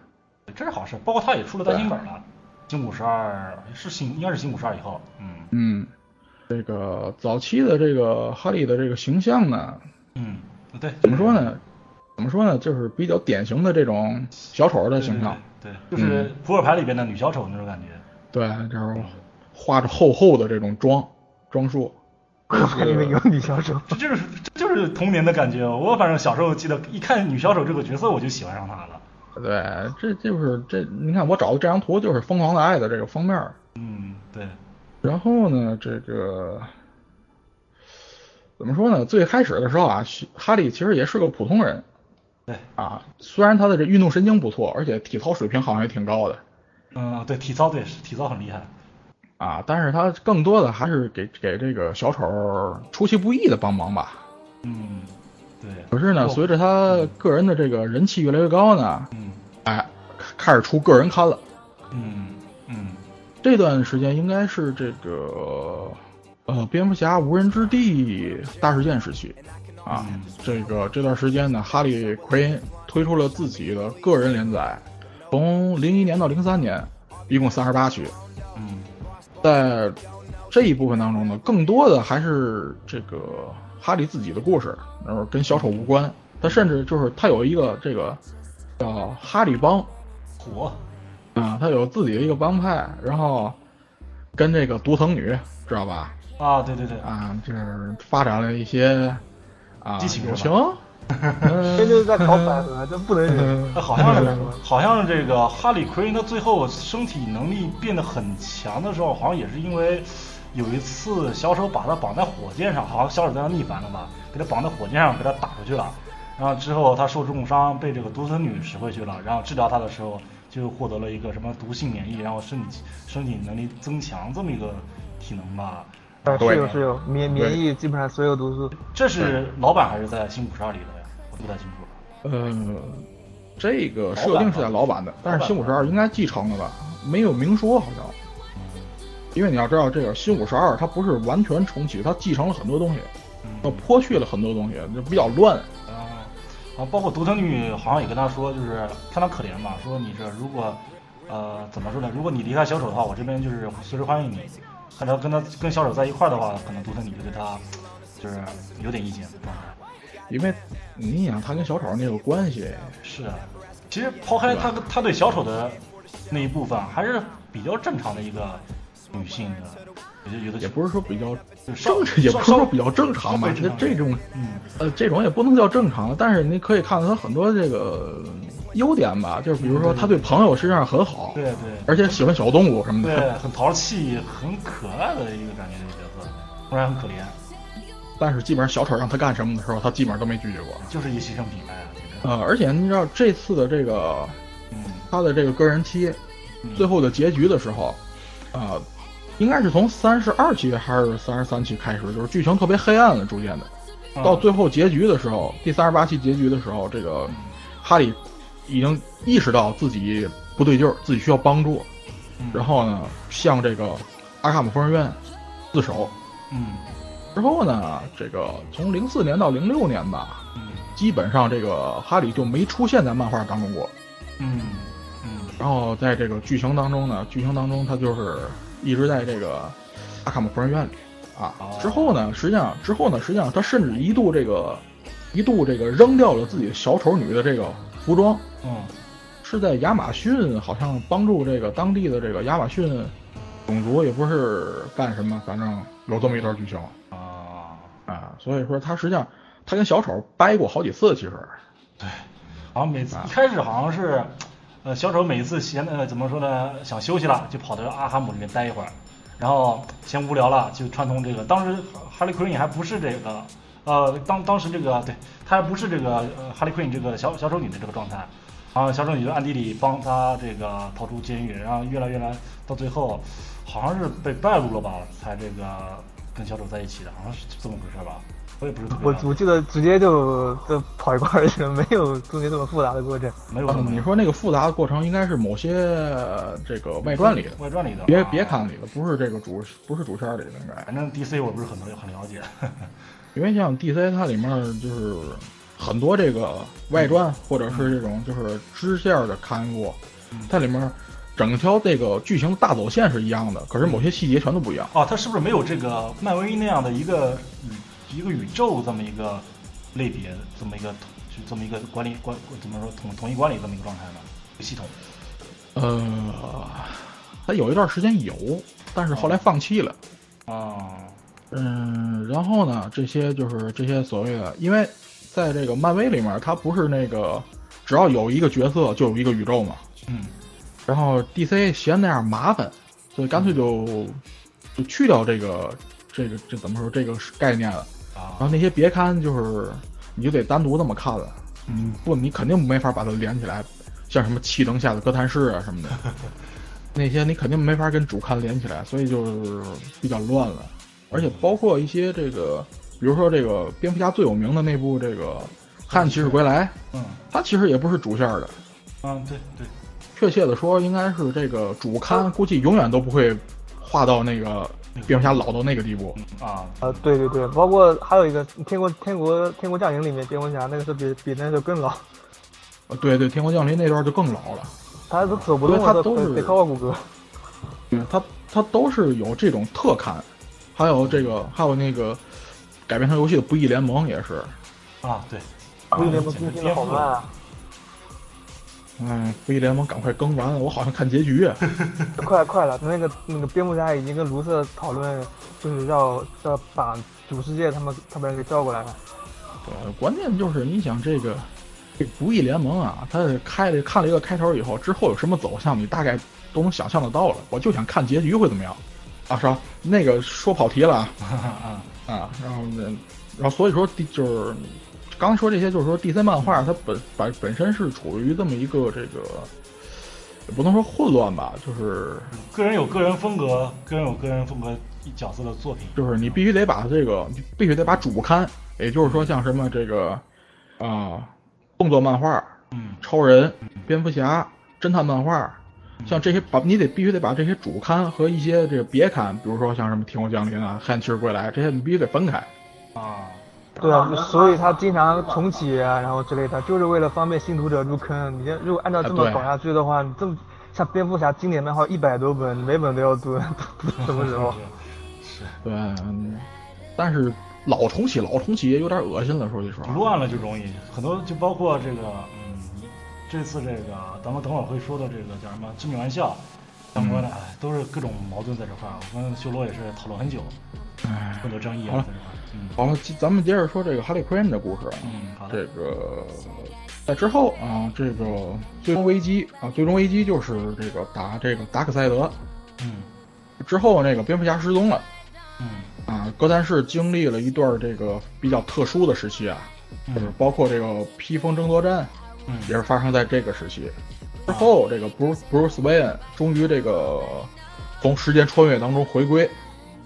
A: 这是好事，包括他也出了单行本了，新五十二是新应该是新五十二以后，嗯
B: 嗯，这个早期的这个哈利的这个形象呢，
A: 嗯，对，
B: 怎么说呢？怎么说呢？就是比较典型的这种小丑的
A: 对？
B: 形象。嗯
A: 对，对对就是扑克牌里边的女小丑那种感觉。
B: 对，就是画着厚厚的这种妆装束。
D: 里面有女小丑。 [laughs]
A: 这就是这就是童年的感觉。我反正小时候记得，一看女小丑这个角色，我就喜欢上她了。
B: 对，这就是这，你看我找的这张图就是《疯狂的爱》的这个封面儿。
A: 嗯，对，
B: 然后呢，这个怎么说呢？最开始的时候啊，西哈利其实也是个普通人
A: 对，
B: 啊，虽然他的这运动神经不错，而且体操水平好像也挺高的
A: 嗯，对，体操对是体操很厉害。
B: 啊，但是他更多的还是给给这个小丑出其不意的帮忙吧。
A: 嗯，对。
B: 可是呢，
A: 哦
B: 随着他个人的这个人气越来越高呢，
A: 嗯
B: 哎，开始出个人刊了。
A: 嗯嗯
B: 这段时间应该是这个呃蝙蝠侠无人之地大事件时期啊。
A: 嗯
B: 这个这段时间呢，哈利奎因推出了自己的个人连载，从零一年到零三年，一共三十八期。
A: 嗯
B: 在这一部分当中呢，更多的还是这个哈利自己的故事，然后跟小丑无关。他甚至就是他有一个这个叫哈利帮，
A: 火
B: 啊，他有自己的一个帮派，然后跟这个独藤女知道吧？
A: 啊，对对对，
B: 啊，就是发展了一些啊
A: 激情
B: 友
A: 是
B: 情
A: 吧， [laughs]
B: 嗯
D: 这就是在搞反核，这不能忍。
A: 那 [laughs] 呃好像
D: [laughs]
A: 是好像这个哈利奎因他最后身体能力变得很强的时候，好像也是因为有一次小丑把他绑在火箭上，好像小丑在那逆反了吧，给他绑在火箭上，给他打出去了。然后之后他受重伤，被这个独生女拾回去了。然后治疗他的时候，就获得了一个什么毒性免疫，然后身体身体能力增强这么一个体能吧。
D: 哎
B: 对
D: 是有是有，免免疫基本上所有毒素。
B: 嗯
A: 这是老版还是在辛普沙里的呀？我不太清楚了。
B: 呃，这个设定是在老版的，但是新五十二应该继承了吧？没有明说好像，因为你要知道，这个新五十二它不是完全重启，它继承了很多东西，
A: 嗯
B: 呃，颇去了很多东西，就比较乱。
A: 啊，然后包括独生女好像也跟他说，就是呃看他可怜嘛，说你这如果，呃，怎么说呢？如果你离开小丑的话，我这边就是随时欢迎你。看他跟他跟小丑在一块儿的话，可能独生女就对他就是有点意见的状态。
B: 因为你想，他跟小丑那个关系，
A: 是啊，其实抛开
B: 啊
A: 他跟他对小丑的那一部分，还是比较正常的一个女性的，有的有的
B: 也不是说比较
A: 就是稍
B: 正，也不是
A: 稍
B: 说比较正常吧
A: 稍微，正
B: 这
A: 常
B: 这种
A: 嗯
B: 呃，这种也不能叫正常，但是你可以看到他很多这个优点吧，就是比如说他对朋友实际上很好，
A: 对对。
B: 而且喜欢小动物什么
A: 对
B: 的，，
A: 很淘气，很可爱的一个感觉的一个角色，不然很可怜，
B: 但是基本上小丑让他干什么的时候，他基本上都没拒绝过。
A: 就是一牺牲品哎呀，简直。
B: 呃，而且你知道这次的这个
A: 嗯，
B: 他的这个个人期，最后的结局的时候，呃，应该是从三十二期还是三十三期开始，就是剧情特别黑暗了，逐渐的，
A: 嗯
B: 到最后结局的时候，第三十八期结局的时候，这个哈利已经意识到自己不对劲儿，自己需要帮助，
A: 嗯
B: 然后呢，向这个阿卡姆疯人院自首。
A: 嗯
B: 之后呢，这个从零四年到零六年吧，
A: 嗯
B: 基本上这个哈利就没出现在漫画当中过。
A: 嗯嗯
B: 然后在这个剧情当中呢，剧情当中他就是一直在这个阿卡姆疯人院里啊
A: 哦。
B: 之后呢，实际上之后呢，实际上他甚至一度这个一度这个扔掉了自己小丑女的这个服装，
A: 嗯
B: 是在亚马逊好像帮助这个当地的这个亚马逊种族，也不是干什么，反正有这么一段剧情
A: 啊，
B: 啊。所以说他实际上他跟小丑掰过好几次，其实
A: 好像每
B: 啊
A: 次一开始好像是，呃，小丑每次闲呃怎么说呢，想休息了就跑到阿哈姆里面待一会儿，然后嫌无聊了就串通这个，当时哈利奎因还不是这个。呃，当当时这个对他还不是这个、呃、哈利奎因这个小小丑女的这个状态，然后小丑女就暗地里帮他这个逃出监狱，然后越来越来到最后，好像是被败露了吧，才这个跟小丑在一起的，好像是这么回事吧，我也不是特别
D: 我
A: 了解
D: 我记得直接就就跑一块儿去了，没有中间这么复杂的过程。
A: 没有
B: 啊
A: 什么。
B: 你说那个复杂的过程应该是某些呃这个外传里的。
A: 外传里的，
B: 别
A: 啊
B: 别看里的，不是这个主，不是主线里的应该，
A: 反正 DC 我不是很了很了解。
B: 因为像 DC 它里面就是很多这个外传或者是这种就是支线的刊物，它里面整条这个剧情大走线是一样的，可是某些细节全都不一样。
A: 哦，它是不是没有这个漫威那样的一个宇一个宇宙这么一个类别，这么一个统就这么一个管理管怎么说统统一管理这么一个状态呢？系统
B: 呃，它有一段时间有，但是后来放弃了。
A: 啊，
B: 嗯，然后呢，这些就是这些所谓的，因为在这个漫威里面，它不是那个只要有一个角色就有一个宇宙嘛，
A: 嗯
B: 然后 DC 嫌那样麻烦，所以干脆就就去掉这个这个这怎么说这个概念了。然后
A: 啊，
B: 那些别刊就是你就得单独那么看了，
A: 嗯
B: 你不你肯定没法把它连起来，像什么气灯下的哥谭市啊什么的，那些你肯定没法跟主刊连起来，所以就是比较乱了。而且包括一些这个，比如说这个蝙蝠侠最有名的那部这个《汉骑士归来》，
A: 嗯
B: 它其实也不是主线的，
A: 嗯，对对，
B: 确切的说，应该是这个主刊估计永远都不会画到那个蝙蝠侠老到那个地步。
A: 嗯啊，
D: 啊，对对对，包括还有一个《天国天国天国降临》里面蝙蝠侠那个是比比那个更老，
B: 呃对对，天国降临那段就更老了。
D: 他都走不动了，
B: 对他都是啊
D: 得靠骨骼。
B: 对，嗯它它都是有这种特刊，还有这个还有那个改编成游戏的《不义联盟》也是。
A: 啊，对，
D: 不一定不一定好慢啊。
B: 哎，非议联盟赶快更完，我好像看结局啊。
D: 快快了，那个那个蝙蝠侠已经跟卢瑟讨论，就是要要把主世界他们他们给叫过来了。
B: 呃，关键就是你想这个这不义联盟啊，它开了看了一个开头以后，之后有什么走向，你大概都能想象得到了。我就想看结局会怎么样。啊，是吧？那个说跑题了啊。
A: 啊，
B: 啊，然后呢，然后所以说第就是刚才说这些，就是说 DC 漫画它本本本身是处于这么一个这个，也不能说混乱吧，就是
A: 个人有个人风格，个人有个人风格角色的作品，
B: 就是你必须得把这个你必须得把主刊，也就是说像什么这个啊、动作漫画、
A: 嗯
B: 超人、蝙蝠侠、侦探漫画，像这些把你得必须得把这些主刊和一些这个别刊，比如说像什么《天国降临》啊、《黑暗骑士归来》这些，你必须得分开。
A: 啊，
D: 对啊，所以他经常重启啊，然后之类的，就是为了方便新读者入坑。你如果按照这么
B: 啊对
D: 搞下去的话，你这么像蝙蝠侠经典漫画一百多本，每本都要读，读到什么时候？
A: 是
B: 对，嗯但是老重启老重启也有点恶心了，说句实话。
A: 乱了就容易，很多就包括这个，嗯，这次这个咱们等会儿会说的这个叫什么致命玩笑
B: 嗯
A: 相关的，哎，都是各种矛盾在这块儿。我跟修罗也是讨论很久，
B: 哎，
A: 很多争议
B: 好
A: 啊
B: 了
A: 在这块儿。嗯
B: 好了，接咱们接着说这个哈利奎恩的故事啊。
A: 嗯，好
B: 这
A: 的，
B: 个在之后啊，这个最终危机啊，最终危机就是这个打这个达克赛德
A: 嗯
B: 之后，那个蝙蝠侠失踪了
A: 嗯
B: 啊。哥谭市经历了一段这个比较特殊的时期啊，就是
A: 嗯
B: 包括这个披风争夺战
A: 嗯
B: 也是发生在这个时期。之后，这个 Bruce Bruce Wayne 终于这个从时间穿越当中回归，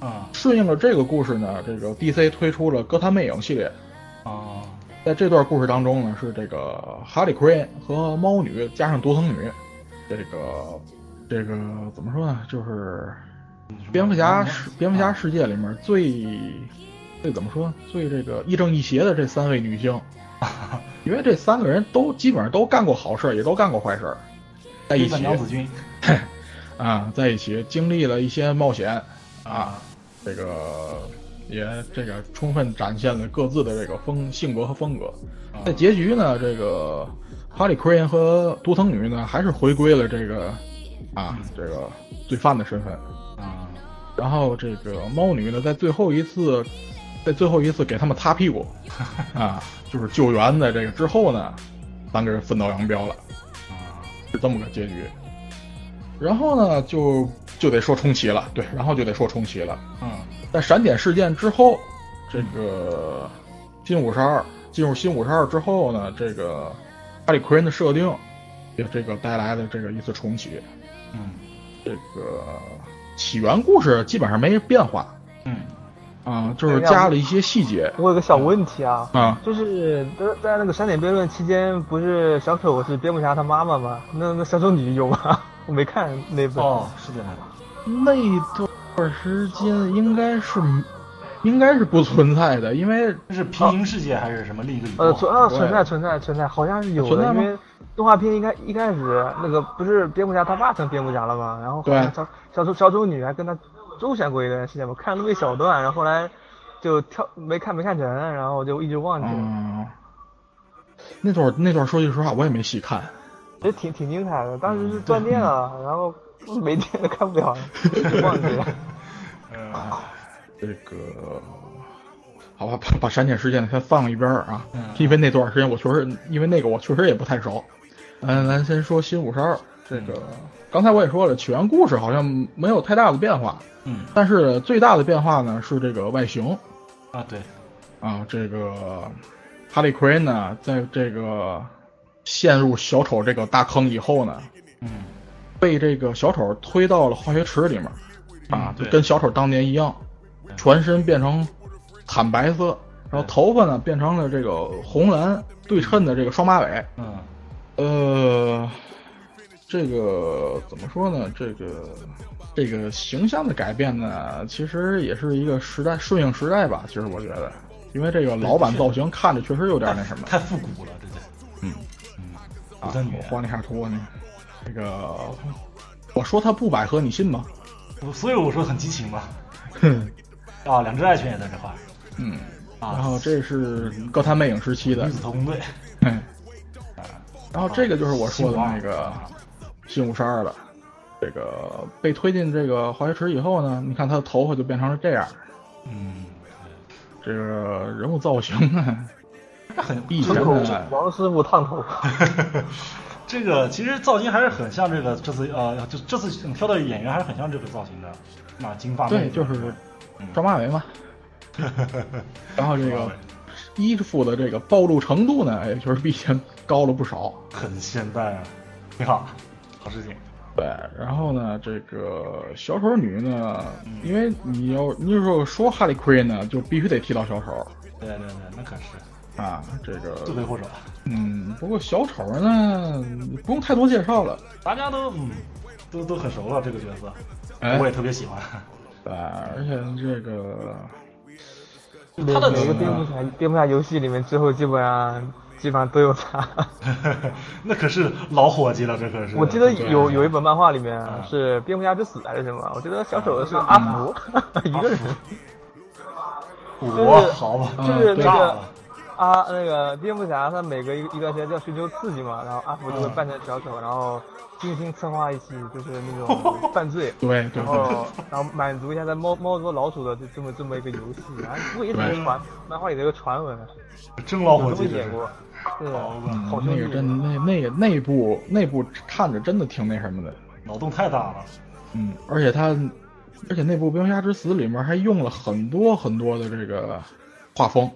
A: 啊
B: 顺应了这个故事呢，这个 DC 推出了《哥谭魅影》系列。
A: 啊
B: 在这段故事当中呢，是这个哈利奎恩和猫女加上独藤女，这个这个怎么说呢？就是蝙蝠侠世蝙蝠侠世界里面最最怎么说？最这个亦正亦邪的这三位女性，因为这三个人都基本上都干过好事儿，也都干过坏事儿，在一
A: 一
B: 起
A: 本娘子军
B: 啊，在一起经历了一些冒险啊，这个也这个充分展现了各自的这个风性格和风格。
A: 啊
B: 在结局呢，这个哈利奎恩和独藤女呢，还是回归了这个啊这个罪犯的身份。
A: 啊
B: 然后这个猫女呢，在最后一次，在最后一次给他们擦屁股啊，就是救援的这个之后呢，三个人分道扬镳了。
A: 啊
B: 是这么个结局。然后呢，就就得说重启了，对，然后就得说重启了。
A: 嗯
B: 在闪点事件之后，这个新五十二进入新五十二之后呢，这个哈利奎恩的设定也这个带来的这个一次重启，
A: 嗯
B: 这个起源故事基本上没变化
A: 嗯
B: 啊、就是加了一些细节
D: 我有个小问题啊，
B: 啊、
D: 就是在在那个闪点辩论期间，不是小丑是蝙蝠侠他妈妈吗？那那小丑女有吗？ [laughs] 我没看那本。
A: 哦是这样的，
B: 那段时间应该是应该是不存在的，因为
A: 这是平行世界还是什么另一个宇
D: 呃，存啊
A: 宙？
D: 存在存在存在，好像是有
B: 存在
D: 的，因
B: 吗
D: 为动画片一开一开始那个不是蝙蝠侠他爸成蝙蝠侠了吗？然后好
B: 对
D: 像小小丑小丑女还跟他周旋过一段时间吧，看了那么一小段，然后后来就跳没看没看成，然后就一直忘记了，
B: 嗯，那段那段说句实话，我也没细看。
D: 其实挺挺精彩的，当
B: 嗯
D: 时是断电了，然后没电了看不了，就忘记
B: [laughs]
D: 了。
B: 啊
A: 嗯
B: 这个，好吧，把把闪点事件先放一边儿啊，
A: 嗯
B: 因为那段时间我确实，因为那个我确实也不太熟。嗯，咱先说新五十二这个，刚才我也说了，起源故事好像没有太大的变化，
A: 嗯
B: 但是最大的变化呢是这个外形
A: 啊对
B: 啊，这个哈利奎恩呢，在这个陷入小丑这个大坑以后呢，
A: 嗯
B: 被这个小丑推到了化学池里面，啊
A: 嗯，对嗯
B: 跟小丑当年一样，全身变成惨白色，然后头发呢变成了这个红蓝对称的这个双马尾。
A: 嗯
B: 呃，这个怎么说呢？这个这个形象的改变呢，其实也是一个时代顺应时代吧。其实我觉得，因为这个老版造型看着确实有点那什么。
A: 太复古了，这个
B: 嗯
A: 嗯，
B: 啊
A: 古代女
B: 我换了一下图呢，这个我说它不百合，你信吗？
A: 我所以我说很激情嘛。
B: 哼。
A: 啊，两只爱犬也在这块儿
B: 嗯，
A: 啊，
B: 然后这是《哥谭魅影》时期的
A: 女，子特工队，
B: 嗯，然后这个就是我说的那个
A: 啊
B: 新五十二了。这个被推进这个化学池以后呢，你看他的头发就变成了这样，
A: 嗯，
B: 这个人物造型呢，
A: 这很
B: 必
D: 纯
B: 然
D: 口
B: 的
D: 王师傅烫头，
A: [laughs] 这个其实造型还是很像这个这次呃，就这次挑的演员还是很像这个造型的，那金发
B: 对，
A: 妹 [laughs]
B: 就是
A: 嗯
B: 双马尾嘛。然后这
A: 双马
B: 个
A: 尾
B: 衣服的这个暴露程度呢，也就是比以前高了不少。
A: 很现代啊，挺好，好事情，
B: 对，然后呢，这个小丑女呢，因为你要你如果说哈利奎恩呢，就必须得提到小丑
A: 对对对，那可是
B: 啊，这
A: 罪
B: 个
A: 魁祸首，
B: 嗯，不过小丑呢，不用太多介绍了，
A: 大家都嗯都都很熟了这个角色，
B: 哎
A: 我也特别喜欢，
B: 对，哎而且这个
A: 他的
D: 每个
A: 脸
D: 蝙蝠侠蝙蝠侠游戏里面之后基本上基本上都有他。
A: [laughs] 那可是老伙计了，这
B: 啊
A: 可是。
D: 我记得有有一本漫画里面
A: 啊
D: 是蝙蝠侠之死还是什么，我记得小丑的
B: 啊
D: 是阿福， [laughs] 一个人，
A: 我好吧，
D: [laughs] 就是那
A: 炸
B: 嗯
D: 个
A: 了。
D: 啊那个蝙蝠侠他每隔一一段时间就要寻求刺激嘛，然后阿福就会扮成小丑，然后精心策划一起就是
B: [laughs]
D: 那种犯罪。
B: 对对
D: 然
B: 对 [laughs]
D: 后，然后满足一下在猫猫捉老鼠的这这么这么一个游戏，然后不过也只是传漫画里的一个传闻，
A: 真
B: 哦
A: 老
D: 有
A: 伙计
D: 这么
A: 这
D: 演
A: 是，
D: 过，对啊，
A: 吧，
D: 好兄
B: 那
D: 弟
B: 个，真那那个内部内部看着真的挺那什么的，
A: 脑洞太大了，
B: 嗯，而且他，而且那部《冰侠之死》里面还用了很多很多的这个画风，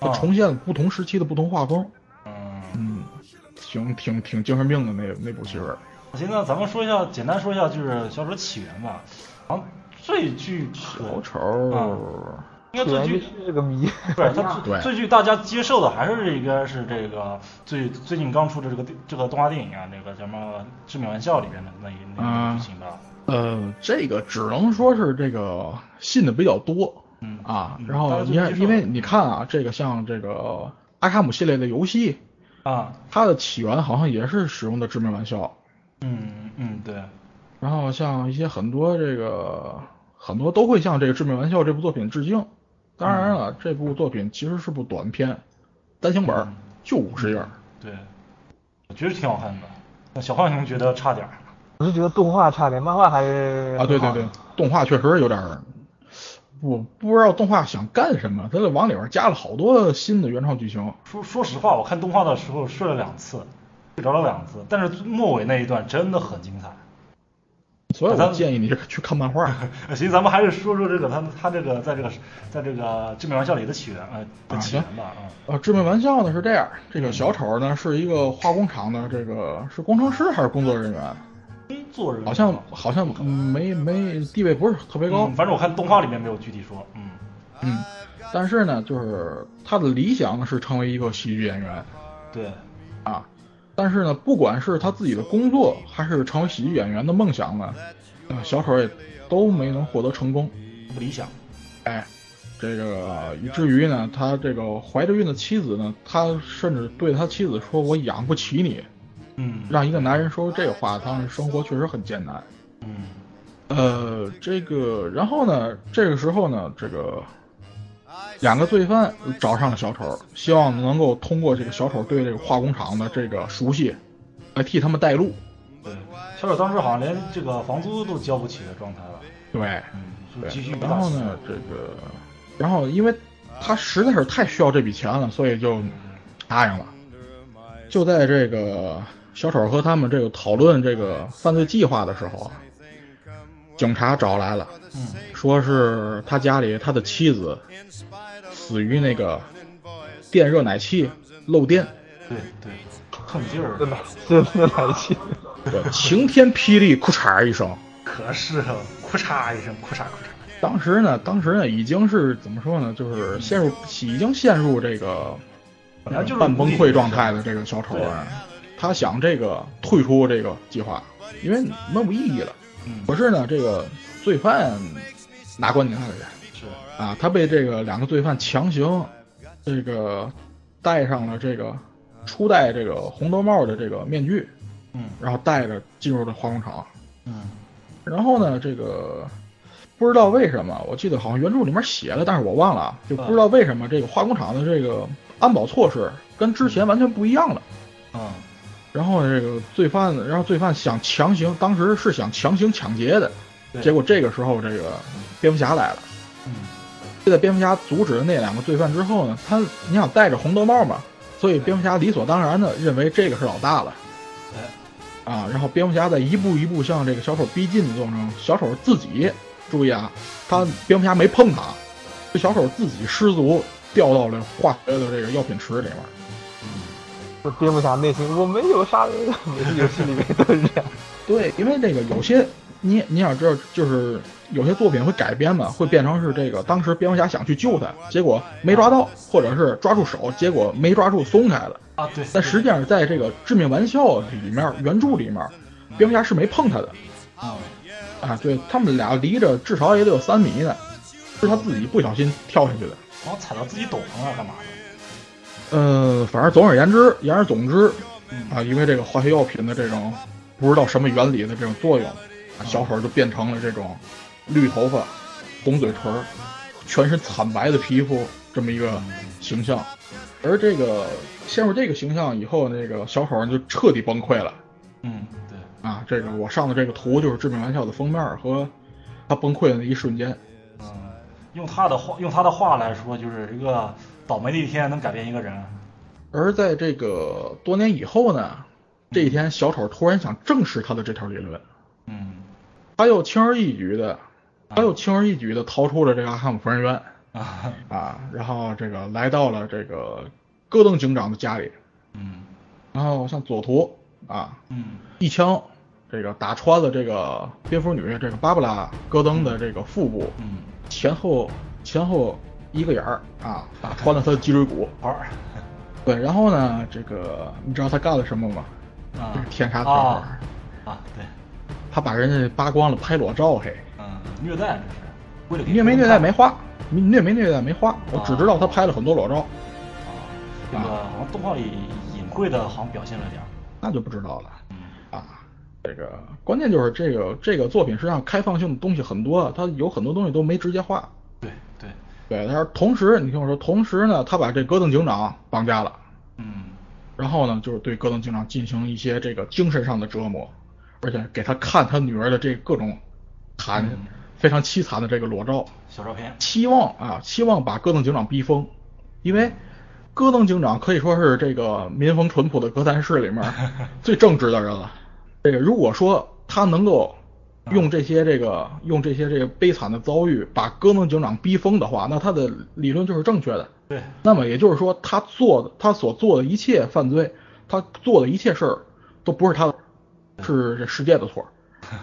B: 它
A: 啊
B: 重现了不同时期的不同画风，
A: 嗯。
B: 嗯，挺挺挺精神病的那那部戏份儿，
A: 现在咱们说一下，简单说一下就是小丑起源吧。好像最具
B: 小
A: 可
B: 丑，
A: 啊应该最
D: 原
A: 具
D: 来就是个谜， [laughs]
A: 不是他最
B: 对
A: 最具大家接受的还是应该是这个最最近刚出的这个电这个动画电影啊，那个什么《致命玩笑》里面的那一那一
B: 啊
A: 个剧情吧。
B: 呃，这个只能说是这个信的比较多
A: 嗯
B: 啊
A: 嗯，
B: 然
A: 大家
B: 后你
A: 最
B: 看，
A: 接受
B: 因为
A: 的
B: 你看啊，这个像这个阿卡姆系列的游戏，
A: 啊，
B: 它的起源好像也是使用的致命玩笑。
A: 嗯嗯，对，
B: 然后像一些很多这个很多都会向这个《致命玩笑》这部作品致敬。当然了，这部作品其实是部短片，单行本儿
A: 嗯
B: 就五十页儿。
A: 对，我觉得挺好看的。那小浣熊觉得差点儿，
D: 我是觉得动画差点，漫画还
A: 嗯
D: 是
B: 啊，对对
D: 很好
B: 对，动画确实有点儿，我不知道动画想干什么，它就往里边加了好多新的原创剧情。
A: 说说实话，我看动画的时候睡了两次，睡着了两次，但是末尾那一段真的很精彩。 [laughs]
B: 所以
A: 咱
B: 我
A: 们
B: 建议你去看漫画。
A: [laughs] 行，咱们还是说说这个他他这个在这个在这个致命玩笑里的起源啊的
B: 啊
A: 起源吧啊。
B: 呃，致命玩笑呢是这样，这
A: 嗯
B: 个小丑呢是一个化工厂的，这个是工程师还是工作人员？
A: 工作人员
B: 好像好像没没地位不是特别高
A: 嗯，，反正我看动画里面没有具体说，嗯
B: 嗯，但是呢，就是他的理想是成为一个喜剧演员，啊
A: 对，
B: 但是呢，不管是他自己的工作，还是成为喜剧演员的梦想呢，呃，小丑也都没能获得成功。
A: 不理想，
B: 哎，这个以至于呢，他这个怀着孕的妻子呢，他甚至对他妻子说：“我养不起你。”
A: 嗯
B: 让一个男人说出这话，当然生活确实很艰难。
A: 嗯
B: 呃，这个，然后呢，这个时候呢，这个两个罪犯找上了小丑，希望能够通过这个小丑对这个化工厂的这个熟悉，来替他们带路。
A: 对，小丑当时好像连这个房租都交不起的状态了，
B: 对，
A: 嗯，就
B: 对
A: 继续。
B: 然后呢，这个，然后因为他实在是太需要这笔钱了，所以就答应了。就在这个小丑和他们这个讨论这个犯罪计划的时候啊，警察找来了，
A: 嗯
B: 说是他家里他的妻子死于那个电热奶器漏电，
A: 对对，蹭劲儿，
D: 真的真的来气，
B: 对，晴天霹雳，裤嚓一声。
A: 可是啊哭嚓一声，哭嚓哭嚓，
B: 当时呢，当时呢，已经是怎么说呢，就是陷入已经陷入这个
A: 本来就是
B: 半崩溃状态的这个小丑啊，他想这个退出这个计划，因为没有意义了。
A: 嗯
B: 可是呢，这个罪犯拿关进来了
A: 是，
B: 啊，他被这个两个罪犯强行这个戴上了这个初代这个红头帽的这个面具，
A: 嗯
B: 然后带着进入了化工厂。
A: 嗯
B: 然后呢，这个不知道为什么，我记得好像原著里面写了，但是我忘了，啊，就不知道为什么这个化工厂的这个安保措施跟之前完全不一样了。
A: 嗯，
B: 然后这个罪犯，然后罪犯想强行，当时是想强行抢劫的，
A: 对
B: 结果这个时候这个蝙蝠侠来了。
A: 嗯，
B: 就在蝙蝠侠阻止了那两个罪犯之后呢，他你想戴着红兜帽嘛，所以蝙蝠侠理所当然的认为这个是老大了。啊，然后蝙蝠侠在一步一步向这个小丑逼近的过程中，小丑自己注意啊，他蝙蝠侠没碰他，这小丑自己失足掉到了化学的这个药品池里面。
D: 这蝙蝠侠内心我没有杀人，每次游戏里面都是这样。
B: 对，因为这个有些你你想知道，就是有些作品会改编嘛，会变成是这个当时蝙蝠侠想去救他，结果没抓到，或者是抓住手，结果没抓住松开了。
A: 啊，对，
B: 但实际上，在这个《致命玩笑》里面，原著里面，蝙蝠侠是没碰他的。
A: 啊，
B: 啊，对他们俩离着至少也得有三米呢，是他自己不小心跳下去的。
A: 然后踩到自己斗篷了干嘛的？
B: 呃，反正总而言之，言而总之，啊，因为这个化学药品的这种不知道什么原理的这种作用，啊、小丑就变成了这种绿头发、红嘴唇、全身惨白的皮肤这么一个形象。而这个陷入这个形象以后，那个小丑就彻底崩溃了。
A: 嗯，对，
B: 啊，这个我上的这个图就是《致命玩笑》的封面和他崩溃的那一瞬间。
A: 嗯，用他的话，用他的话来说，就是一个倒霉的一天能改变一个人。啊
B: 而在这个多年以后呢，这一天小丑突然想证实他的这条理论，
A: 嗯， [laughs]
B: 他又轻而易举的，他又轻而易举的逃出了这个阿汉姆疯人院
A: 啊，
B: 啊，然后这个来到了这个戈登警长的家里，
A: 嗯，
B: 然后像左图啊
A: 嗯，
B: 一枪。这个打穿了这个蝙蝠女这个芭芭拉戈登的这个腹部，
A: 嗯，
B: 前后前后一个眼儿啊，打穿了他的脊椎骨。
A: 玩
B: [laughs]
A: 儿，
B: 对，然后呢，这个你知道他干了什么吗？
A: 啊
B: 就是，天杀团伙
A: 啊，啊，对，
B: 他把人家扒光了拍裸照，嘿，
A: 嗯，虐待这是，为了给
B: 虐没
A: 观
B: 虐
A: 众
B: 待
A: 看
B: 没花，虐没虐待没花，我只知道他拍了很多裸照，
A: 啊，这个好像动画里隐晦的，好像表现了点儿。
B: 那就不知道了
A: 嗯
B: 啊。这个关键就是这个这个作品实际上开放性的东西很多，啊它有很多东西都没直接画。
A: 对对，
B: 对，但是同时你听我说，同时呢，他把这戈登警长绑架了。
A: 嗯
B: 然后呢，就是对戈登警长进行一些这个精神上的折磨，而且给他看他女儿的这各种惨、
A: 嗯
B: 非常凄惨的这个裸照，
A: 小照片，
B: 期望啊，期望把戈登警长逼疯，因为戈登警长可以说是这个民风淳朴的哥谭市里面最正直的人了。这个如果说他能够用这些这个用这些这个悲惨的遭遇把戈登警长逼疯的话，那他的理论就是正确的。
A: 对，
B: 那么也就是说，他做的他所做的一切犯罪，他做的一切事儿，都不是他的，是这世界的错儿。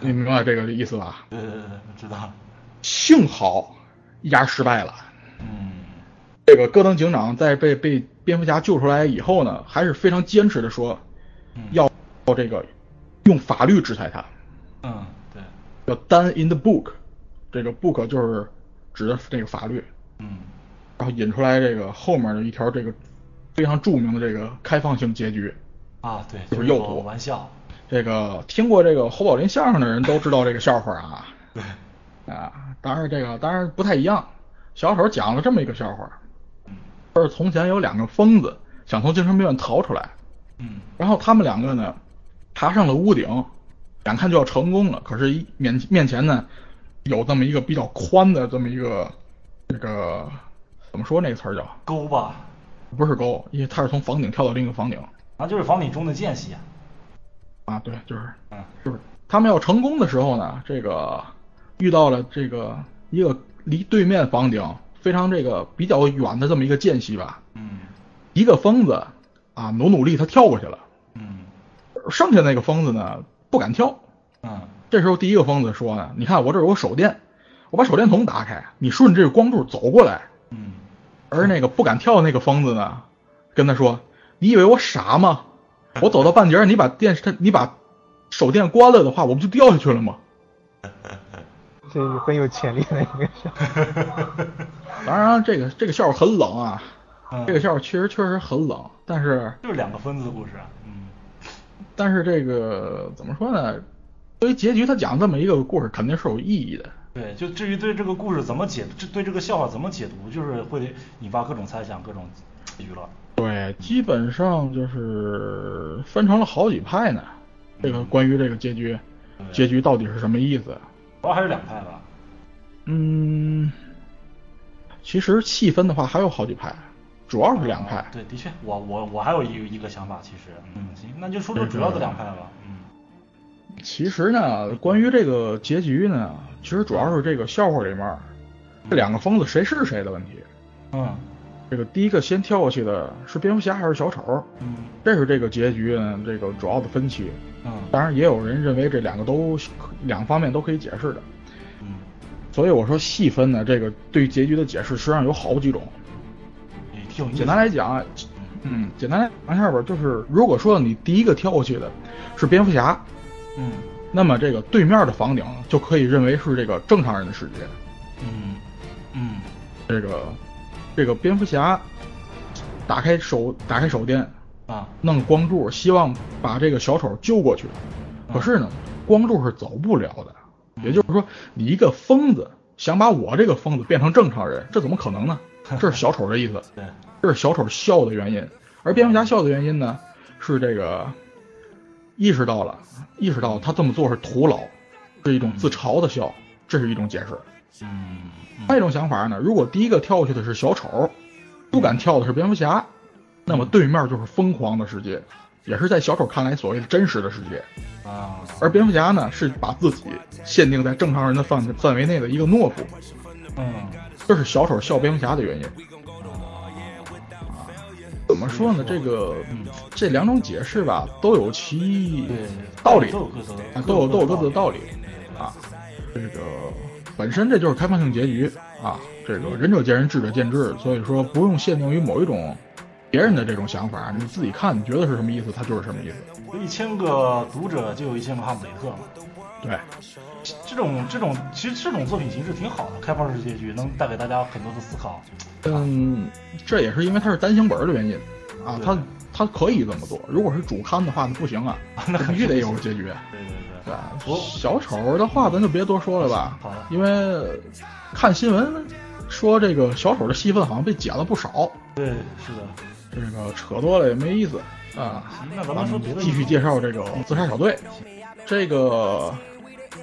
B: 你明白这个意思吧？
A: 对对对对，知道了。
B: 幸好一家失败了。
A: 嗯
B: 这个戈登警长在被被蝙蝠侠救出来以后呢，还是非常坚持的说，
A: 嗯
B: 要要这个用法律制裁他，
A: 嗯，对，
B: 叫 “done in the book”。这个 “book” 就是指的这个法律。
A: 嗯
B: 然后引出来这个后面的一条这个非常著名的这个开放性结局。
A: 啊，对，
B: 就是
A: 是
B: 右
A: 有
B: 图
A: 玩笑，
B: 这个听过这个侯宝林相声的人都知道这个笑话啊，
A: 对，
B: 啊，当然这个当然不太一样。小丑讲了这么一个笑话，说是从前有两个疯子想从精神病院逃出来，
A: 嗯
B: 然后他们两个呢爬上了屋顶，眼看就要成功了，可是一面面前呢有这么一个比较宽的这么一个这个怎么说那个词儿叫
A: 勾吧，
B: 不是沟，因为他是从房顶跳到另一个房顶
A: 啊，就是房顶中的间隙，
B: 啊，对，就是
A: 嗯
B: 就是他们要成功的时候呢，这个遇到了这个一个离对面房顶非常这个比较远的这么一个间隙吧，
A: 嗯
B: 一个疯子啊努努力他跳过去了，
A: 嗯
B: 剩下那个疯子呢不敢跳。
A: 嗯
B: 这时候第一个疯子说呢：“你看我这儿有个手电，我把手电筒打开，你顺着这个光柱走过来。
A: 嗯，”
B: 而那个不敢跳的那个疯子呢，跟他说：“你以为我傻吗？我走到半截儿，你把电你把手电关了的话，我不就掉下去了吗？”
D: 这个很有潜力的一个小
B: 当然，这个这个笑话很冷啊，
A: 嗯
B: 这个笑话确实确实很冷，但是
A: [laughs] 就是两个分子的故事，嗯
B: 但是这个怎么说呢？对于结局，他讲这么一个故事肯定是有意义的。
A: 对，就至于对这个故事怎么解，这对这个笑话怎么解读，就是会引发各种猜想，各种结局了。
B: 对，基本上就是分成了好几派呢。这个关于这个结局，结局到底是什么意思？
A: 主要还是两派吧。
B: 嗯，其实细分的话还有好几派，主要是两派。
A: 哦嗯对，的确，我我我还有一个一个想法，其实，嗯，行，那就说说
B: 对
A: 主要的
B: 对
A: 两派吧。嗯，
B: 其实呢，关于这个结局呢，其实主要是这个笑话里面儿这两个疯子谁是谁的问题。
A: 嗯
B: 这个第一个先跳过去的是蝙蝠侠还是小丑？
A: 嗯
B: 这是这个结局呢，这个主要的分歧。
A: 嗯
B: 当然，也有人认为这两个都两方面都可以解释的。
A: 嗯，
B: 所以我说细分呢，这个对结局的解释实际上有好几种。
A: 也挺有意思。
B: 简单来，讲，嗯，简单来讲一下吧，就是如果说你第一个跳过去的是蝙蝠侠，
A: 嗯
B: 那么这个对面的房顶就可以认为是这个正常人的世界。
A: 嗯嗯
B: 这个这个蝙蝠侠打开手打开手电，
A: 啊，
B: 弄光柱，希望把这个小丑救过去。可是呢，光柱是走不了的。也就是说，你一个疯子想把我这个疯子变成正常人，这怎么可能呢？这是小丑的意思，
A: 对，
B: 这是小丑笑的原因。而蝙蝠侠笑的原因呢，是这个意识到了，意识到他这么做是徒劳，是一种自嘲的笑，这是一种解释。
A: 嗯
B: 还有一种想法呢，如果第一个跳过去的是小丑，不敢跳的是蝙蝠侠，那么对面就是疯狂的世界，也是在小丑看来所谓的真实的世界。
A: 啊，
B: 而蝙蝠侠呢，是把自己限定在正常人的范范围内的一个懦夫，
A: 嗯
B: 这是小丑笑蝙蝠侠的原因。怎么说呢？这个这两种解释吧，都有其
A: 嗯对，
B: 道理
A: 都有各自的
B: 啊，都有都有各自的道
A: 理。
B: 理啊。这个本身这就是开放性结局啊，这个仁者见仁，智者见智，所以说不用限定于某一种别人的这种想法，你自己看你觉得是什么意思，它就是什么意思。
A: 有一千个读者就有一千个哈姆雷特嘛。
B: 对，
A: 这种这种其实这种作品形式挺好的，开放式结局能带给大家很多的思考。
B: 嗯，这也是因为它是单行本儿的原因啊，
A: 对
B: 它它可以这么做，如果是主刊的话，那不行啊，
A: [laughs] 那
B: 它
A: 肯
B: 必须
A: 定
B: 得
A: 不
B: 有
A: 行
B: 结局。
A: 对对对，
B: 对，
A: 我
B: 啊小丑的话咱就别多说了吧
A: 好的，
B: 因为看新闻说这个小丑的戏份好像被减了不少，
A: 对是的。
B: 这个扯多了也没意思啊。
A: 行，那咱
B: 咱
A: 们说
B: 们
A: 别的
B: 继续介绍这个自杀小队，这个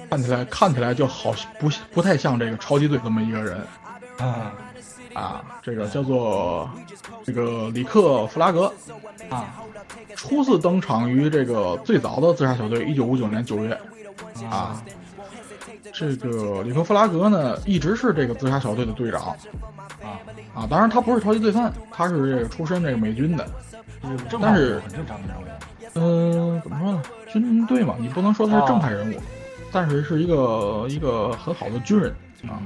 B: 看起来看起来就好不不太像这个超级队这么一个人
A: 啊
B: 啊，这个叫做这个里克弗拉格，
A: 啊
B: 初次登场于这个最早的自杀小队，一九五九年九月啊。这个里克弗拉格呢，一直是这个自杀小队的队长
A: 啊！
B: 啊，当然他不是超级罪犯，他是这个出身这个美军的，
A: 就是正
B: 但
A: 常
B: 是
A: 很正常的人物。
B: 嗯、怎么说呢？军队嘛，你不能说他是正
A: 哦
B: 派人物，但是是一个一个很好的军人
A: 嗯
B: 啊。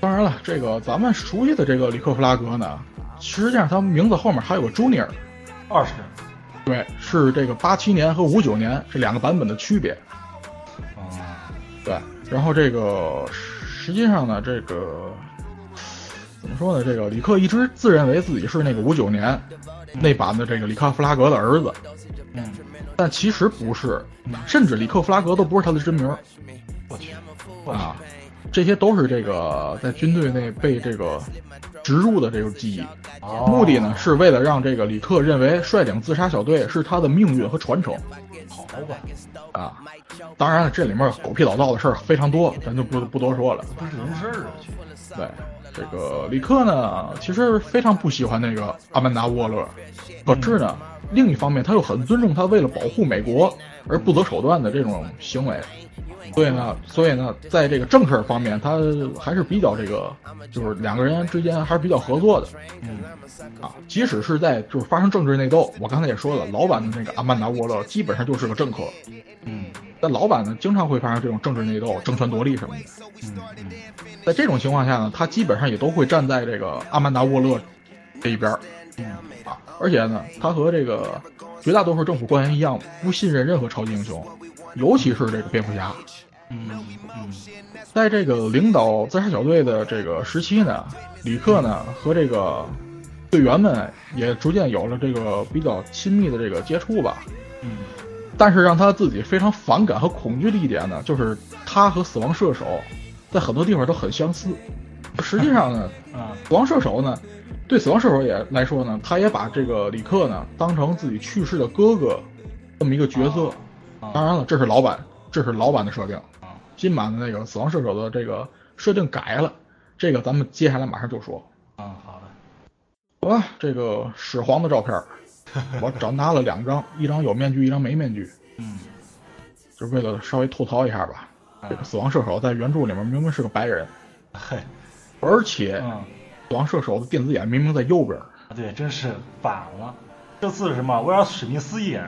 B: 当然了，这个咱们熟悉的这个里克弗拉格呢，实际上他名字后面还有个 Junior，
A: 二十
B: 对，是这个八七年和五九年这两个版本的区别。
A: 啊，
B: 对，然后这个实际上呢，这个怎么说呢？这个里克一直自认为自己是那个五九年那版的这个里克弗拉格的儿子，
A: 嗯，
B: 但其实不是，甚至里克弗拉格都不是他的真名儿
A: 我去，我去，
B: 啊。这些都是这个在军队内被这个植入的这个记忆，
A: 哦
B: 目的呢是为了让这个里克认为率领自杀小队是他的命运和传承。
A: 好吧，
B: 啊，当然了，这里面狗屁倒灶的事儿非常多，咱就不不多说了。
A: 不是人事儿啊！我去，
B: 对，这个里克呢，其实非常不喜欢那个阿曼达·沃勒，可是呢，另一方面他又很尊重他为了保护美国而不择手段的这种行为，所以呢，所以呢，在这个正事儿方面，他还是比较这个，就是两个人之间还是比较合作的
A: 嗯
B: 啊。即使是在就是发生政治内斗，我刚才也说了，老版的那个阿曼达·沃勒基本上就是个政客，
A: 嗯
B: 但老版呢，经常会发生这种政治内斗、争权夺利什么的。
A: 嗯
B: 在这种情况下呢，他基本上也都会站在这个阿曼达·沃勒这一边儿啊。而且呢，他和这个绝大多数政府官员一样，不信任任何超级英雄，尤其是这个蝙蝠侠。
A: 嗯嗯嗯，
B: 在这个领导自杀小队的这个时期呢，旅客呢和这个队员们也逐渐有了这个比较亲密的这个接触吧。
A: 嗯
B: 但是让他自己非常反感和恐惧的一点呢，就是他和死亡射手在很多地方都很相似。实际上呢， [laughs]
A: 啊
B: 死亡射手呢，对死亡射手也来说呢，他也把这个李克呢当成自己去世的哥哥这么一个角色。
A: 啊
B: 当然了，这是老版，这是老版的设定
A: 啊。
B: 新版的那个死亡射手的这个设定改了，这个咱们接下来马上就说。
A: 啊，好的，
B: 好吧，这个始皇的照片儿，我找拿了两张，一张有面具，一张没面具，
A: 嗯，
B: 就是为了稍微吐槽一下吧。这个死亡射手在原著里面明明是个白人，
A: [laughs] 嘿，
B: 而且
A: 嗯，
B: 死亡射手的电子眼明明在右边儿。
A: 对，真是反了。这次是什么？威尔史密斯演，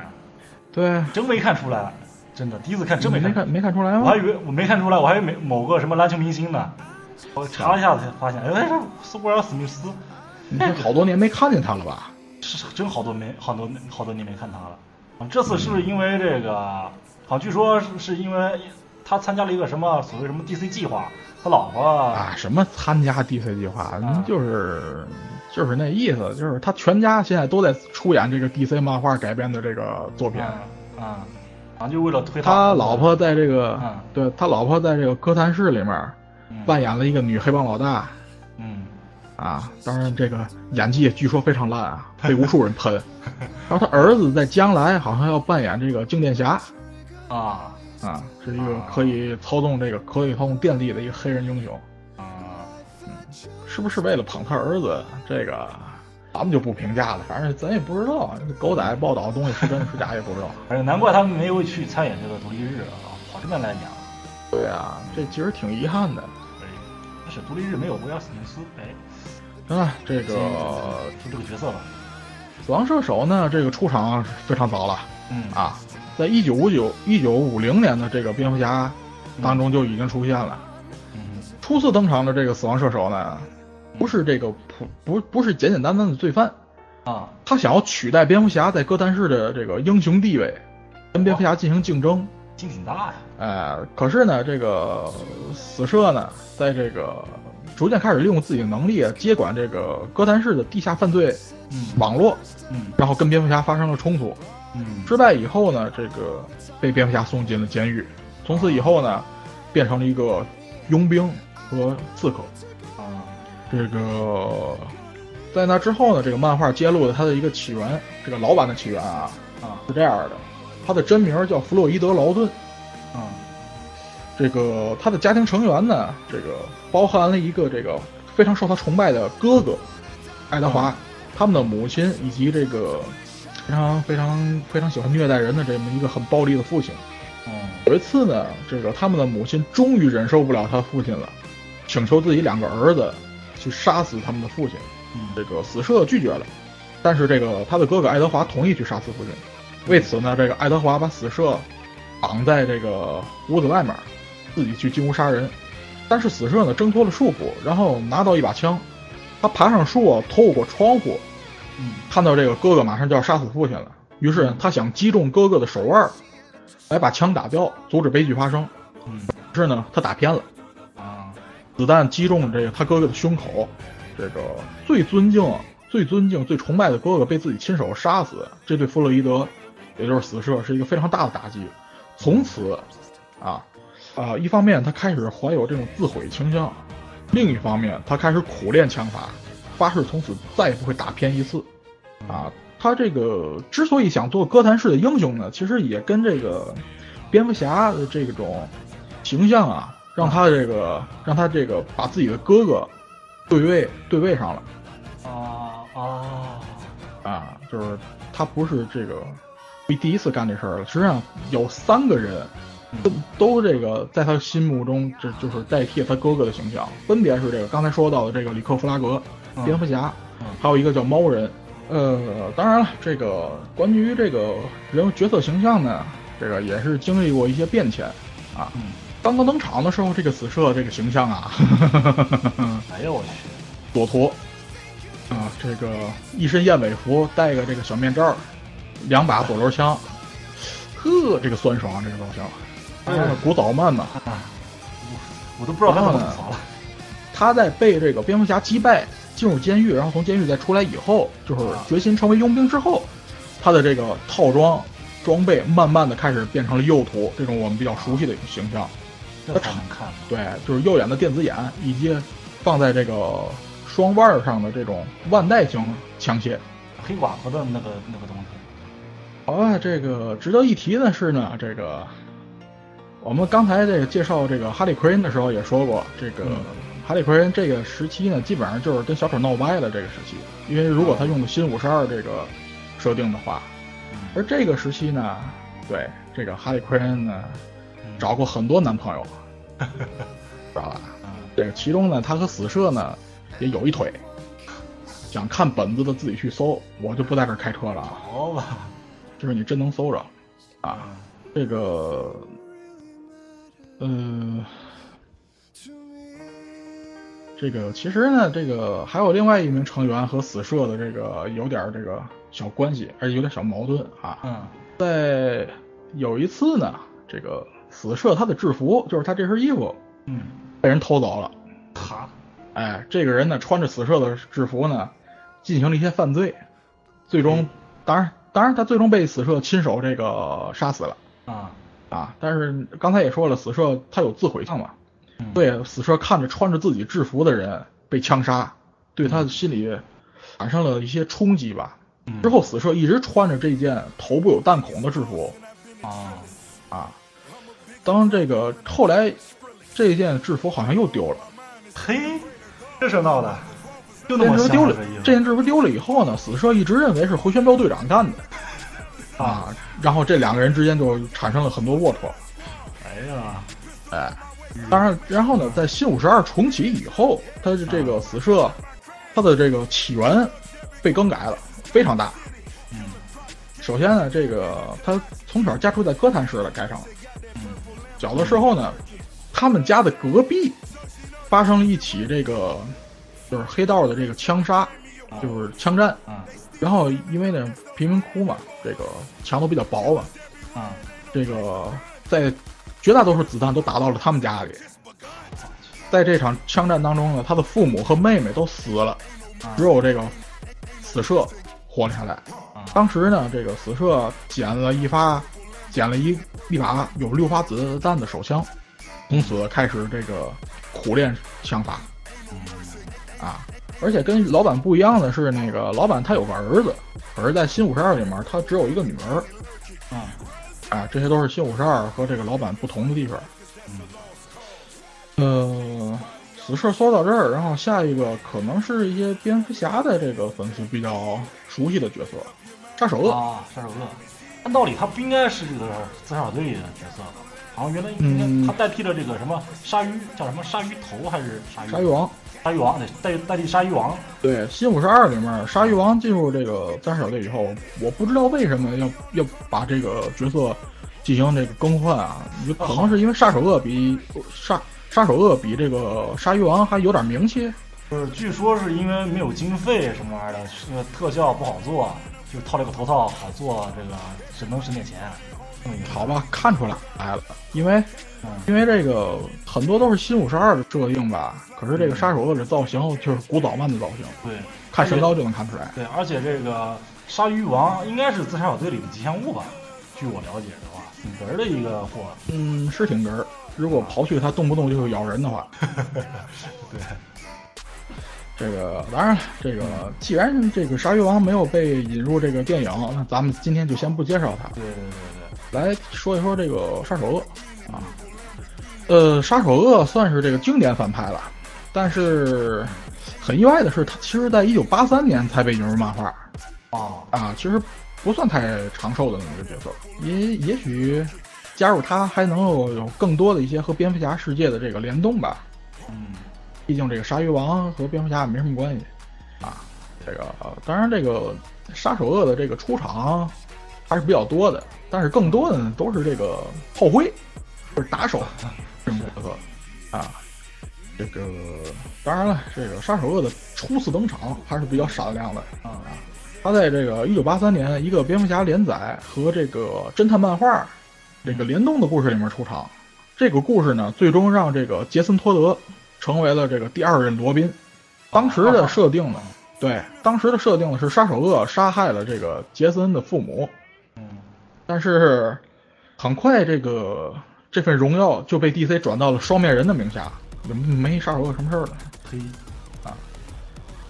B: 对，
A: 真没看出来，真的，第一次看真
B: 没
A: 没看哎出来
B: 看没看出来
A: 我还
B: 吗？
A: 以为我没看出来，我还以为某个什么篮球明星呢。我查了一下才发现，哎，这是威尔史密斯，
B: 你这好多年没看见他了吧？
A: 是真好多没好多好多年没看他了。啊这次是不是因为这个？好，据说是是因为他参加了一个什么所谓什么 DC 计划，他老婆
B: 啊，什么参加 DC 计划，嗯就是就是那意思，就是他全家现在都在出演这个 DC 漫画改编的这个作品。
A: 啊啊，然后就为了推
B: 他老婆在这个
A: 嗯，
B: 对他老婆在这个哥谭市里面
A: 嗯
B: 扮演了一个女黑帮老大
A: 嗯，
B: 啊，当然这个演技据说非常烂 [laughs] 啊，被无数人喷。然后他儿子在将来好像要扮演这个静电侠
A: 啊
B: 啊，是一个可以操纵这个可以操纵电力的一个黑人英雄，
A: 啊，
B: 是不是为了捧他儿子？这个咱们就不评价了，反正咱也不知道，狗仔报道的东西是真是假也不 [laughs] 知道。
A: 反正难怪他们没有去参演这个独立日啊，跑这边来讲，
B: 对啊，这其实挺遗憾的。
A: 哎，但是独立日没有威尔史密斯，哎，
B: 啊，这个
A: 就这个角色吧，
B: 死亡射手呢，这个出场非常早了
A: 嗯
B: 啊，在一九五九一九五零年的这个蝙蝠侠当中就已经出现了。
A: 嗯
B: 初次登场的这个死亡射手呢，不是这个普不不是简简单单的罪犯，
A: 啊
B: 他想要取代蝙蝠侠在哥谭市的这个英雄地位，跟蝙蝠侠进行竞争。
A: 劲挺大呀，
B: 呃，可是呢，这个死射呢，在这个逐渐开始利用自己的能力啊接管这个哥谭市的地下犯罪
A: 嗯
B: 网络，
A: 嗯
B: 然后跟蝙蝠侠发生了冲突。
A: 嗯
B: 失败以后呢，这个被蝙蝠侠送进了监狱，从此以后呢，变成了一个佣兵和刺客。
A: 啊
B: 这个在那之后呢，这个漫画揭露了他的一个起源，这个老版的起源啊
A: 啊
B: 是这样的，他的真名叫弗洛伊德·劳顿。
A: 啊
B: 这个他的家庭成员呢，这个包含了一个这个非常受他崇拜的哥哥爱德华，他们的母亲以及这个非常非常非常喜欢虐待人的这么一个很暴力的父亲。
A: 嗯
B: 有一次呢，这个他们的母亲终于忍受不了他父亲了，请求自己两个儿子去杀死他们的父亲。这
A: 嗯
B: 个死射拒绝了，但是这个他的哥哥爱德华同意去杀死父亲。为此呢，这个爱德华把死射绑在这个屋子外面，自己去进屋杀人。但是死射呢挣脱了束缚，然后拿到一把枪，他爬上树啊，透过窗户
A: 嗯
B: 看到这个哥哥马上就要杀死父亲了，于是他想击中哥哥的手腕，来把枪打掉，阻止悲剧发生。
A: 嗯
B: 可是呢，他打偏了。
A: 啊
B: 子弹击中这个他哥哥的胸口，这个最尊敬、最尊敬、最崇拜的哥哥被自己亲手杀死，这对弗洛伊德，也就是死射，是一个非常大的打击。从此，啊，啊、一方面他开始怀有这种自毁倾向，另一方面他开始苦练枪法，发誓从此再也不会打偏一次。啊，他这个之所以想做哥谭市的英雄呢，其实也跟这个蝙蝠侠的这种形象啊，让他这个让他这个把自己的哥哥对位对位上了
A: 啊啊
B: 啊，就是他不是这个不第一次干这事儿了，实际上有三个人都都这个在他心目中这就是代替他哥哥的形象，分别是这个刚才说到的这个里克弗拉格、
A: 嗯
B: 蝙蝠侠
A: 嗯，
B: 还有一个叫猫人。呃，当然了，这个关于这个人物角色形象呢，这个也是经历过一些变迁啊。
A: 嗯，
B: 刚刚登场的时候，这个死射这个形象啊，
A: 哎呦我去，
B: 左驼啊，这个一身燕尾服，戴个这个小面罩，两把左轮枪，呵，这个酸爽，啊这个造型，当然了，古早漫嘛，
A: 我都不知道该怎么吐槽了。
B: 他在被这个蝙蝠侠击败，进入监狱，然后从监狱再出来以后，就是决心成为佣兵之后，他的这个套装装备慢慢的开始变成了右图这种我们比较熟悉的形象。
A: 这太难看了
B: 对，就是右眼的电子眼以及放在这个双腕儿上的这种腕带型枪械。
A: 黑寡妇的那个那个东西，
B: 好啊，这个值得一提的是呢，这个我们刚才这个介绍这个哈利奎恩的时候也说过，这个、哈利奎恩这个时期呢，基本上就是跟小丑闹掰的这个时期，因为如果他用的新五十二这个设定的话，
A: 嗯
B: 而这个时期呢，对这个哈利奎恩呢，
A: 嗯
B: 找过很多男朋友，知道吧？
A: 嗯
B: 这个其中呢，他和死射呢也有一腿，想看本子的自己去搜，我就不在这儿开车了啊。
A: 好吧，
B: 就是你真能搜着啊。
A: 嗯
B: 这个，呃，这个其实呢，这个还有另外一名成员和死射的这个有点儿这个小关系，而且有点小矛盾啊。
A: 嗯
B: 在有一次呢，这个死射他的制服，就是他这身衣服
A: 嗯，
B: 被人偷走了。
A: 哈，
B: 哎，这个人呢，穿着死射的制服呢，进行了一些犯罪，最终，当然，当然，他最终被死射亲手这个杀死了
A: 啊，
B: 啊。但是刚才也说了，死射他有自毁性嘛，
A: 嗯，
B: 对，死射看着穿着自己制服的人被枪杀，对他的心里产生了一些冲击吧。
A: 嗯
B: 之后，死射一直穿着这件头部有弹孔的制服
A: 啊，
B: 啊。当这个后来，这件制服好像又丢了。
A: 嘿，这事儿闹的，就那
B: 这
A: 么
B: 件
A: 像
B: 制服丢了
A: 这衣，服
B: 这件制服丢了以后呢，死射一直认为是回旋镖队长干的
A: 啊，
B: 啊，然后这两个人之间就产生了很多龌龊。
A: 哎呀，
B: 哎，
A: 嗯
B: 当然，然后呢，在新五十二重启以后，他的这个死射，他的这个起源被更改了，非常大。
A: 嗯
B: 首先呢，这个他从小家住在哥谭市了，改上了。
A: 嗯，
B: 小的时候呢，他们家的隔壁发生了一起这个就是黑道的这个枪杀，就是枪战。
A: 啊
B: 然后因为呢贫民窟嘛，这个墙都比较薄嘛，
A: 啊，
B: 这个在绝大多数子弹都打到了他们家里。在这场枪战当中呢，他的父母和妹妹都死了，只有这个死射活了下来。当时呢，这个死射捡了一发，捡了一一把有六发子弹的手枪，从此开始这个苦练枪法
A: 嗯
B: 啊。而且跟老板不一样的是，那个老板他有个儿子，可是在新五十二里面他只有一个女儿
A: 啊，
B: 啊，这些都是新五十二和这个老板不同的地方。呃，此事说到这儿，然后下一个可能是一些蝙蝠侠的这个粉丝比较熟悉的角色，杀手鳄。
A: 啊，杀手鳄，按道理他不应该是这个自杀小队的角色吧？好像原来应该、
B: 嗯
A: 他代替了这个什么鲨鱼，叫什么鲨鱼头还是鲨鱼？
B: 鲨鱼，王，
A: 鲨鱼王得代代替鲨鱼王。
B: 对《新五十二》里面，鲨鱼王进入这个自杀小队以后，我不知道为什么要要把这个角色进行这个更换啊？有可能是因为杀手鳄比杀杀手鳄比这个鲨鱼王还有点名气，
A: 就是据说是因为没有经费什么玩意儿的，是特效不好做，就套这个头套好做，这个只能省点钱。嗯，
B: 好，吧，看出来来了，因为
A: 嗯
B: 因为这个很多都是新五十二的设定吧，可是这个杀手鳄的造型就是古早漫的造型，
A: 对
B: 看神刀就能看出来。
A: 对，而且这个鲨鱼王应该是自杀小队里的吉祥物吧？据我了解的话，挺哏儿的一个货。
B: 嗯，是挺哏儿。如果刨去它动不动就咬人的话，
A: 对，
B: 这个当然了，这个既然这个鲨鱼王没有被引入这个电影，那咱们今天就先不介绍它，
A: 对对对
B: 来说一说这个杀手鳄啊。呃，杀手鳄算是这个经典反派了，但是很意外的是，它其实在一九八三年才被引入漫画
A: 对，啊，
B: 啊，其实不算太长寿的那么一个角色，也也许加入它还能够有更多的一些和蝙蝠侠世界的这个联动吧。
A: 嗯。
B: 毕竟这个鲨鱼王和蝙蝠侠也没什么关系啊。这个呃当然，这个杀手鳄的这个出场还是比较多的，但是更多的呢都是这个炮灰，就是打手这种角色啊。这个当然了，这个杀手鳄的初次登场还是比较闪亮的。
A: 啊
B: 他在这个一九八三年一个蝙蝠侠连载和这个侦探漫画这个联动的故事里面出场。这个故事呢，最终让这个杰森·托德成为了这个第二任罗宾。当时的设定呢，对，当时的设定呢是杀手鳄杀害了这个杰森的父母，
A: 嗯
B: 但是很快这个这份荣耀就被 DC 转到了双面人的名下，没没杀手鳄什么事儿了。
A: 黑，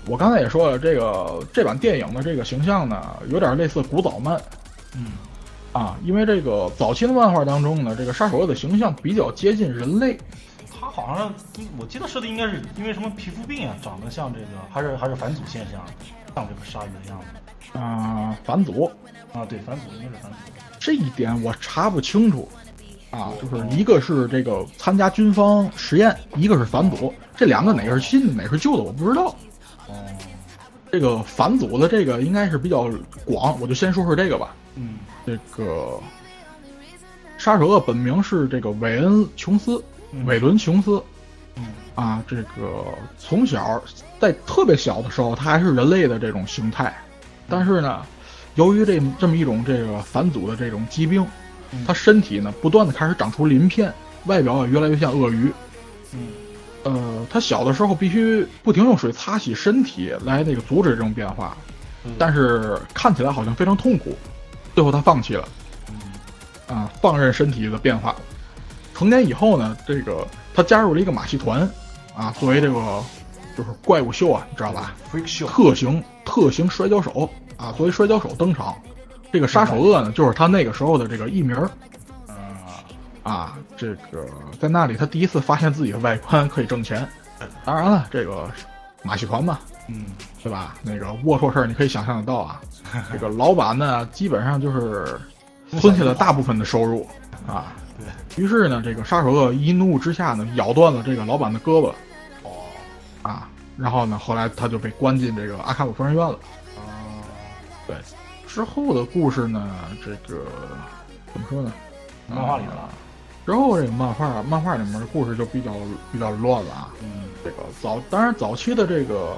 B: 我刚才也说了，这个这版电影的这个形象呢，有点类似古早漫
A: 嗯
B: 啊，因为这个早期的漫画当中呢，这个杀手的形象比较接近人类，
A: 他好像嗯我记得设定应该是因为什么皮肤病啊，长得像这个还是还是返祖现象，像这个鲨鱼的样子
B: 啊，返祖
A: 啊，对，返祖应该是返祖，
B: 这一点我查不清楚，啊，就是一个是这个参加军方实验，一个是反祖，这两个哪个是新的，哪个是旧的，我不知道。
A: 哦，
B: 这个反祖的这个应该是比较广，我就先说说这个吧。
A: 嗯
B: 这个杀手鳄本名是这个韦恩·琼斯，
A: 嗯
B: 韦伦·琼斯
A: 嗯
B: 啊。这个从小在特别小的时候，他还是人类的这种形态，但是呢，由于这这么一种这个反祖的这种疾病，
A: 嗯
B: 他身体呢不断的开始长出鳞片，外表也越来越像鳄鱼。
A: 嗯
B: 呃，他小的时候必须不停用水擦洗身体来那个阻止这种变化，
A: 嗯
B: 但是看起来好像非常痛苦，最后他放弃了。
A: 嗯
B: 啊，放任身体的变化。成年以后呢，这个他加入了一个马戏团，啊，作为这个就是怪物秀啊，你知道吧？
A: ，freak show，
B: 特型特型摔跤手啊，作为摔跤手登场。这个杀手鳄呢，就是他那个时候的这个艺名儿
A: 啊，
B: 啊。这个在那里，他第一次发现自己的外观可以挣钱。当然了，这个马戏团嘛，
A: 嗯
B: 对吧？那个龌龊事儿你可以想象得到
A: [laughs]
B: 啊。这个老板呢，基本上就是吞下了大部分的收入啊。
A: 对，
B: 于是呢，这个杀手鳄一怒之下呢，咬断了这个老板的胳膊
A: 哦，
B: 啊。然后呢，后来他就被关进这个阿卡姆疯人院了。
A: 啊，
B: 对，之后的故事呢，这个怎么说呢？啊
A: 漫画里的了，
B: 之后这个漫画漫画里面的故事就比较比较乱了啊。
A: 嗯
B: 这个早当然早期的这个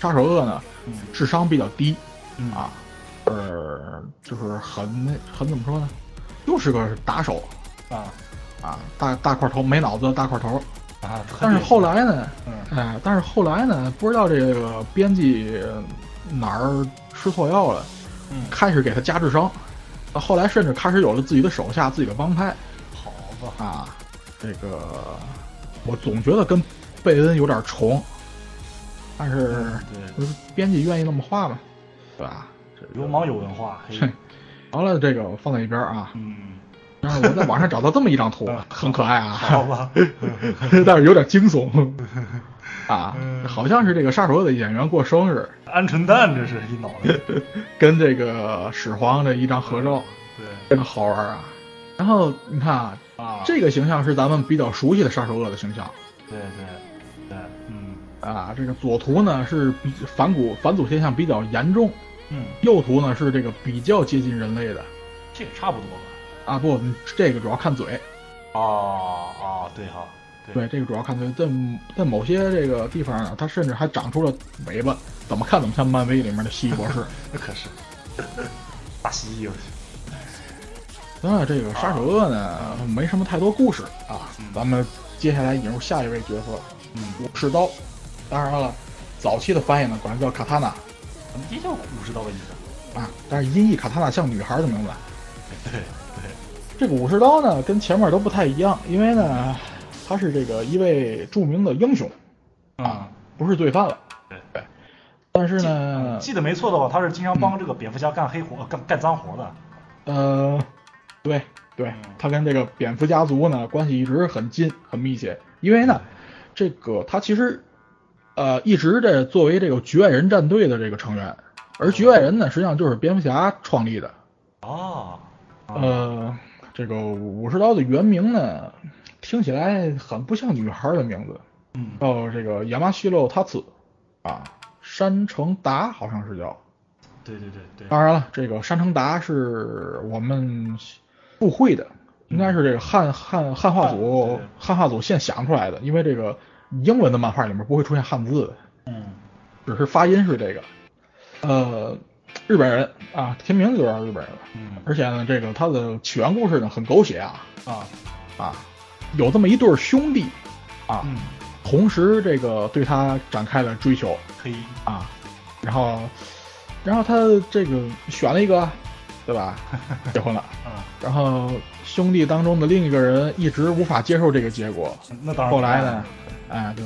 B: 杀手鳄呢，
A: 嗯
B: 智商比较低，
A: 嗯
B: 啊，呃，就是很那很怎么说呢，就是个打手
A: 啊
B: 啊，大大块头没脑子的大块头。
A: 啊，
B: 但是后来呢，
A: 嗯
B: 哎，但是后来呢，不知道这个编辑呃哪儿吃错药了，
A: 嗯，
B: 开始给他加智商，到后来甚至开始有了自己的手下、自己的帮派
A: 好吧，
B: 啊。这个我总觉得跟贝恩有点重，但是
A: 对，
B: 就是编辑愿意那么画嘛，对吧？这个
A: 流氓有文
B: [laughs]
A: 化，嘿，
B: 完了，这个放在一边儿啊。
A: 嗯，
B: 然后我在网上找到这么一
A: [laughs]
B: 张图
A: 嗯，
B: 很可爱
A: 好
B: 啊，
A: 吧， [laughs]
B: [laughs] 但是有点惊悚 [laughs] 啊
A: 嗯，
B: 好像是这个杀手的演员过生日，
A: 鹌鹑蛋这是一脑
B: [laughs]
A: 袋，
B: 跟这个始皇的一张合照，
A: 对
B: 真的好玩啊。然后你看啊，
A: 啊，
B: 这个形象是咱们比较熟悉的杀手鳄的形象
A: 对对对，嗯
B: 啊。这个左图呢是比反骨反祖现象比较严重，
A: 嗯，
B: 右图呢是这个比较接近人类的
A: 这也差不多吧，
B: 啊。不，这个主要看嘴，
A: 哦哦，对哈，对
B: 对，这个主要看它在在某些这个地方啊呢，它甚至还长出了尾巴，怎么看怎么像漫威里面的蜥蜴博士。
A: 那可是 [laughs] 大蜥蜴，我去
B: 当然，这个杀手鳄呢没什么太多故事啊
A: 嗯，
B: 咱们接下来引入下一位角色
A: 嗯，
B: 武士刀。当然了，早期的翻译呢管它叫卡塔娜
A: 也就五十刀的意思，
B: 啊，但是音译卡塔娜像女孩的名字。
A: 对
B: 这个武士刀呢跟前面都不太一样，因为呢他是这个一位著名的英雄，
A: 对，啊，
B: 不是罪犯了。
A: 对呃
B: 对，但是呢，
A: 记得没错的话，他是经常帮这个蝙蝠侠干黑活、呃干干脏活的，
B: 呃，对对
A: 嗯，
B: 他跟这个蝙蝠家族呢关系一直很近很密切，因为呢，这个他其实呃一直这作为这个局外人战队的这个成员，而局外人呢实际上就是蝙蝠侠创立的。
A: 哦，
B: 呃，这个武士刀的原名呢听起来很不像女孩的名字，
A: 嗯
B: 叫这个亚麻西洛塔茨啊，山城达好像是叫。
A: 对对对对，
B: 当然了，这个山城达是我们部会的，应该是这个汉汉汉化
A: 汉对
B: 组
A: 对
B: 汉化组现想出来的，因为这个英文的漫画里面不会出现汉字，
A: 嗯
B: 只是发音是这个。呃，日本人啊，听名字就知道是日本人了。
A: 嗯
B: 而且呢，这个它的起源故事呢很狗血啊
A: 啊
B: 啊，有这么一对儿兄弟啊，
A: 嗯，
B: 同时这个对他展开了追求，
A: 黑
B: 啊，然后，然后他这个选了一个，对吧？ [laughs] 结婚了。
A: 啊，
B: 然后兄弟当中的另一个人一直无法接受这个结果，
A: 那当然，
B: 后来呢，哎，就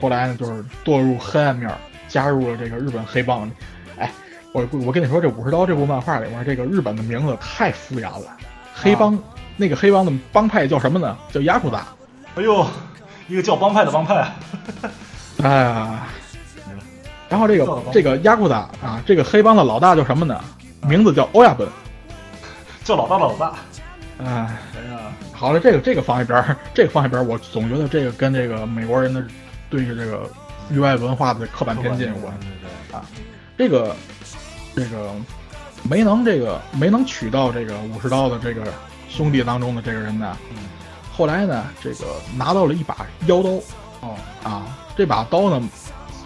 B: 后来呢，就是堕入黑暗面，加入了这个日本黑帮。哎，我我跟你说，这武士刀这部漫画里面，这个日本的名字太复杂了。黑帮、那个黑帮的帮派叫什么呢？叫雅库达。
A: 哎呦，一个叫帮派的帮派， [laughs]
B: 啊，然后这个这个雅库达啊，这个黑帮的老大叫什么呢？名字叫欧亚本。
A: 叫老大的老大。
B: 哎，
A: 哎呀，
B: 好了，这个这个放一边儿， [laughs] 这个放一边儿，我总觉得这个跟这个美国人的对于这个域外文化的刻板偏见有关。
A: 对对对
B: 这个这个没能这个没能娶到这个武士刀的这个兄弟当中的这个人呢，
A: 嗯
B: 后来呢，这个拿到了一把妖刀
A: 哦，
B: 啊，这把刀呢，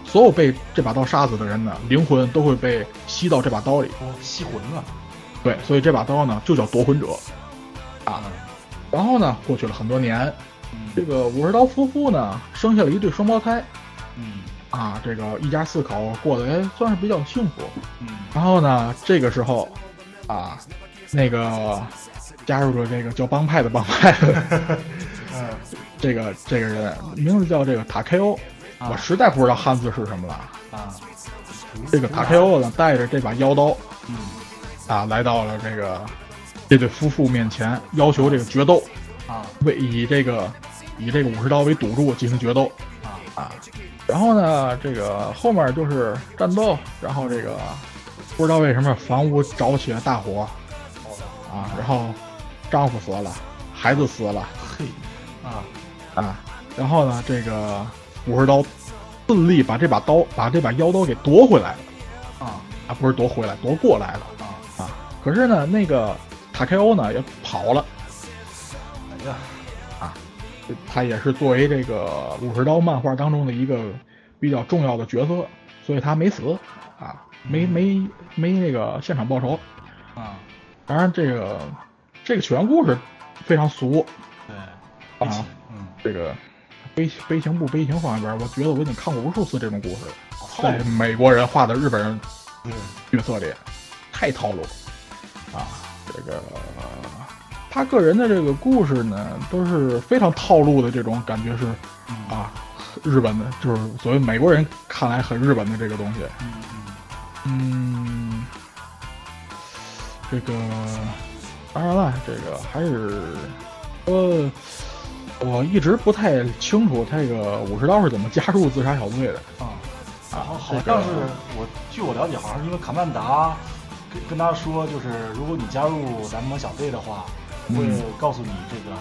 B: 所有被这把刀杀死的人呢，灵魂都会被吸到这把刀里。
A: 哦，吸魂了。
B: 对，所以这把刀呢就叫夺魂者啊。然后呢，过去了很多年，这
A: 嗯
B: 个武士刀夫妇呢生下了一对双胞胎
A: 嗯
B: 啊，这个一家四口过得哎算是比较幸福。
A: 嗯
B: 然后呢，这个时候啊，那个加入了这个叫帮派的帮派，
A: [laughs] 嗯
B: 这个这个人名字叫这个塔 K O，
A: 啊
B: 我实在不知道汉字是什么了。
A: 啊，
B: 这个塔 K O 呢，带着这把妖刀
A: 嗯
B: 啊，来到了这个这对夫妇面前，要求这个决斗，
A: 啊
B: 为以这个以这个武士刀为赌注进行决斗。
A: 啊
B: 啊，然后呢，这个后面就是战斗，然后这个不知道为什么房屋着起了大火，啊，然后丈夫死了，孩子死了
A: 嘿啊
B: 啊，然后呢，这个武士刀奋力把这把刀把这把妖刀给夺回来了
A: 啊
B: 啊，不是夺回来，夺过来了
A: 啊！
B: 啊，可是呢，那个塔 K O 呢也跑了。
A: 哎呀，
B: 他也是作为这个武士刀漫画当中的一个比较重要的角色，所以他没死啊，没没没那个现场报仇。
A: 啊
B: 当然，这个这个起源故事非常俗
A: 对，
B: 啊，
A: 嗯
B: 这个悲悲情不悲情放一边，我觉得我已经看过无数次这种故事了，在美国人画的日本人
A: 对
B: 角色里，太套路了啊！这个他个人的这个故事呢，都是非常套路的这种感觉是
A: 嗯
B: 啊，日本的，就是所谓美国人看来很日本的这个东西，
A: 嗯嗯
B: 嗯，这个当然了，这个还是呃，我一直不太清楚这个武士刀是怎么加入自杀小队的
A: 啊，
B: 啊，
A: 好好
B: 这个
A: 像是我据我了解，好像是因为卡曼达跟跟他说，就是如果你加入咱们小队的话，会
B: 嗯
A: 告诉你这个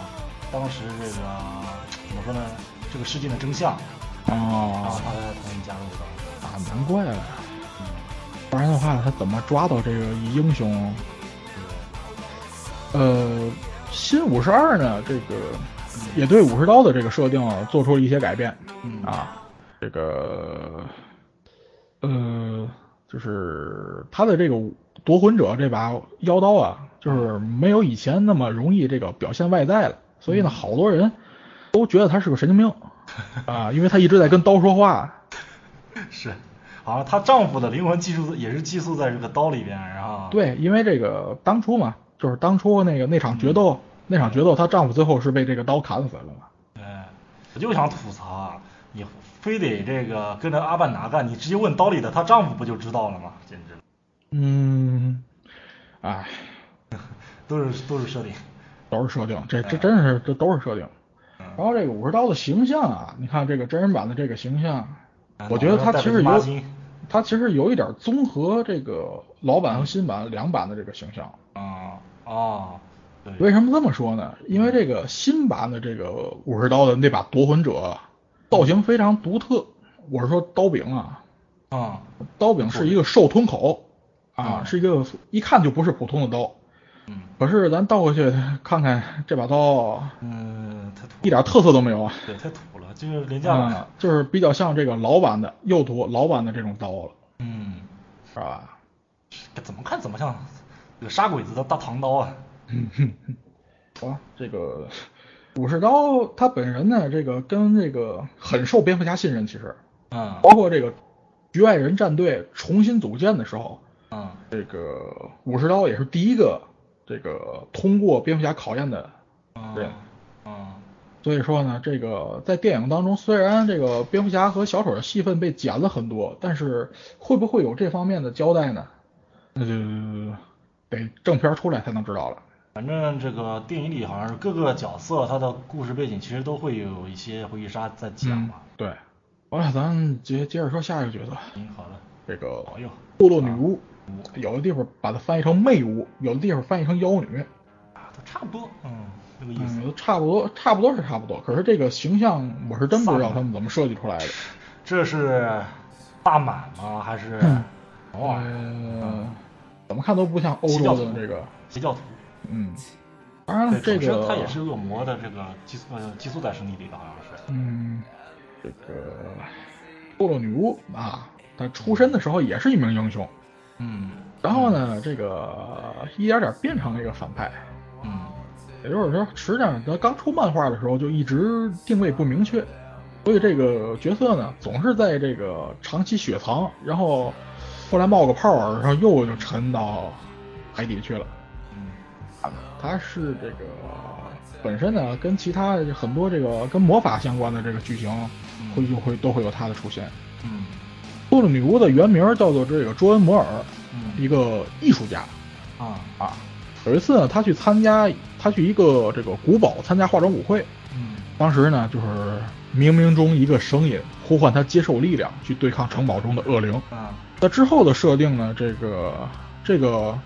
A: 当时这个怎么说呢，这个事件的真相，然后
B: 哦
A: 他才同意加入的。
B: 啊，难怪了，嗯不然的话他怎么抓到这个英雄？呃，新五十二呢，这个也对武士刀的这个设定啊做出了一些改变。
A: 嗯
B: 啊，这个呃，就是他的这个夺魂者这把妖刀啊，就是没有以前那么容易这个表现外在了，所以呢，好多人都觉得他是个神经 [laughs] 病啊，因为他一直在跟刀说话。
A: 是，好像她丈夫的灵魂寄宿也是寄宿在这个刀里边，然后
B: 对，因为这个当初嘛，就是当初那个那场决斗，那场决斗，她丈夫最后是被这个刀砍死了嘛。
A: 哎，我就想吐槽啊，你非得这个跟着阿曼达干，你直接问刀里的她丈夫不就知道了吗？简直
B: 嗯，哎，
A: 都是都是设定。
B: 都是设定，这这真是这都是设定。然后这个武士刀的形象啊，你看这个真人版的这个形象，
A: 啊
B: 我觉得他其实
A: 有
B: 有，他其实有一点综合这个老版和新版两版的这个形象。
A: 啊哦，
B: 为
A: 对，
B: 什么这么说呢？因为这个新版的这个武士刀的那把夺魂者造型非常独特，我是说刀柄啊，
A: 啊
B: 刀柄是一个兽吞口啊，
A: 嗯
B: 是一个一看就不是普通的刀。
A: 嗯
B: 可是咱倒回去看看这把刀，
A: 嗯，太土，
B: 一点特色都没有啊。
A: 对，太土了，就是廉价
B: 啊
A: 版，，
B: 就是比较像这个老版的右图老版的这种刀了，
A: 嗯，
B: 是吧？
A: 怎么看怎么像有杀鬼子的大唐刀啊，
B: 啊，这个武士刀他本人呢，这个跟这个很受蝙蝠侠信任，其实
A: 嗯
B: 包括这个局外人战队重新组建的时候，
A: 嗯
B: 这个武士刀也是第一个这个通过蝙蝠侠考验的
A: 嗯
B: 对
A: 嗯
B: 所以说呢，这个在电影当中，虽然这个蝙蝠侠和小丑的戏份被剪了很多，但是会不会有这方面的交代呢？那就得正片出来才能知道了。
A: 反正这个电影里好像是各个角色他的故事背景其实都会有一些回忆杀在讲
B: 嗯
A: 嘛。，
B: 对。完了，咱接接着说下一个角色，
A: 嗯，好的，
B: 这个
A: 保佑。
B: 堕落女巫，有的地方把它翻译成魅巫，有的地方翻译成妖女，
A: 啊，都差不多，嗯，那个意思。
B: 嗯，差不多，差不多是差不多。可是这个形象，我是真不知道他们怎么设计出来的。
A: 这是大满吗？还是
B: 嗯
A: 什么玩意儿？
B: 呃，怎么看都不像欧洲的这个，
A: 邪教徒。
B: 嗯。当然了，
A: 对，
B: 这
A: 本身
B: 个
A: 它也是恶魔的这个寄宿呃寄宿在身体里的，好像是。
B: 嗯，这个堕落女巫啊，她出身的时候也是一名英雄，
A: 嗯
B: 然后呢，这个一点点变成了一个反派，
A: 嗯，
B: 也就是说，实际上她刚出漫画的时候就一直定位不明确，所以这个角色呢总是在这个长期雪藏，然后后来冒个泡儿，然后又就沉到海底去了。
A: 嗯
B: 它是这个本身呢，跟其他很多这个跟魔法相关的这个剧情，会就会都会有它的出现。
A: 嗯
B: 多洛女巫的原名叫做这个卓恩·摩尔，一
A: 嗯
B: 个艺术家
A: 啊
B: 啊。有一次呢，他去参加，他去一个这个古堡参加化妆舞会，
A: 嗯
B: 当时呢，就是冥冥中一个声音呼唤他接受力量，去对抗城堡中的恶灵。
A: 啊
B: 那之后的设定呢，这个这个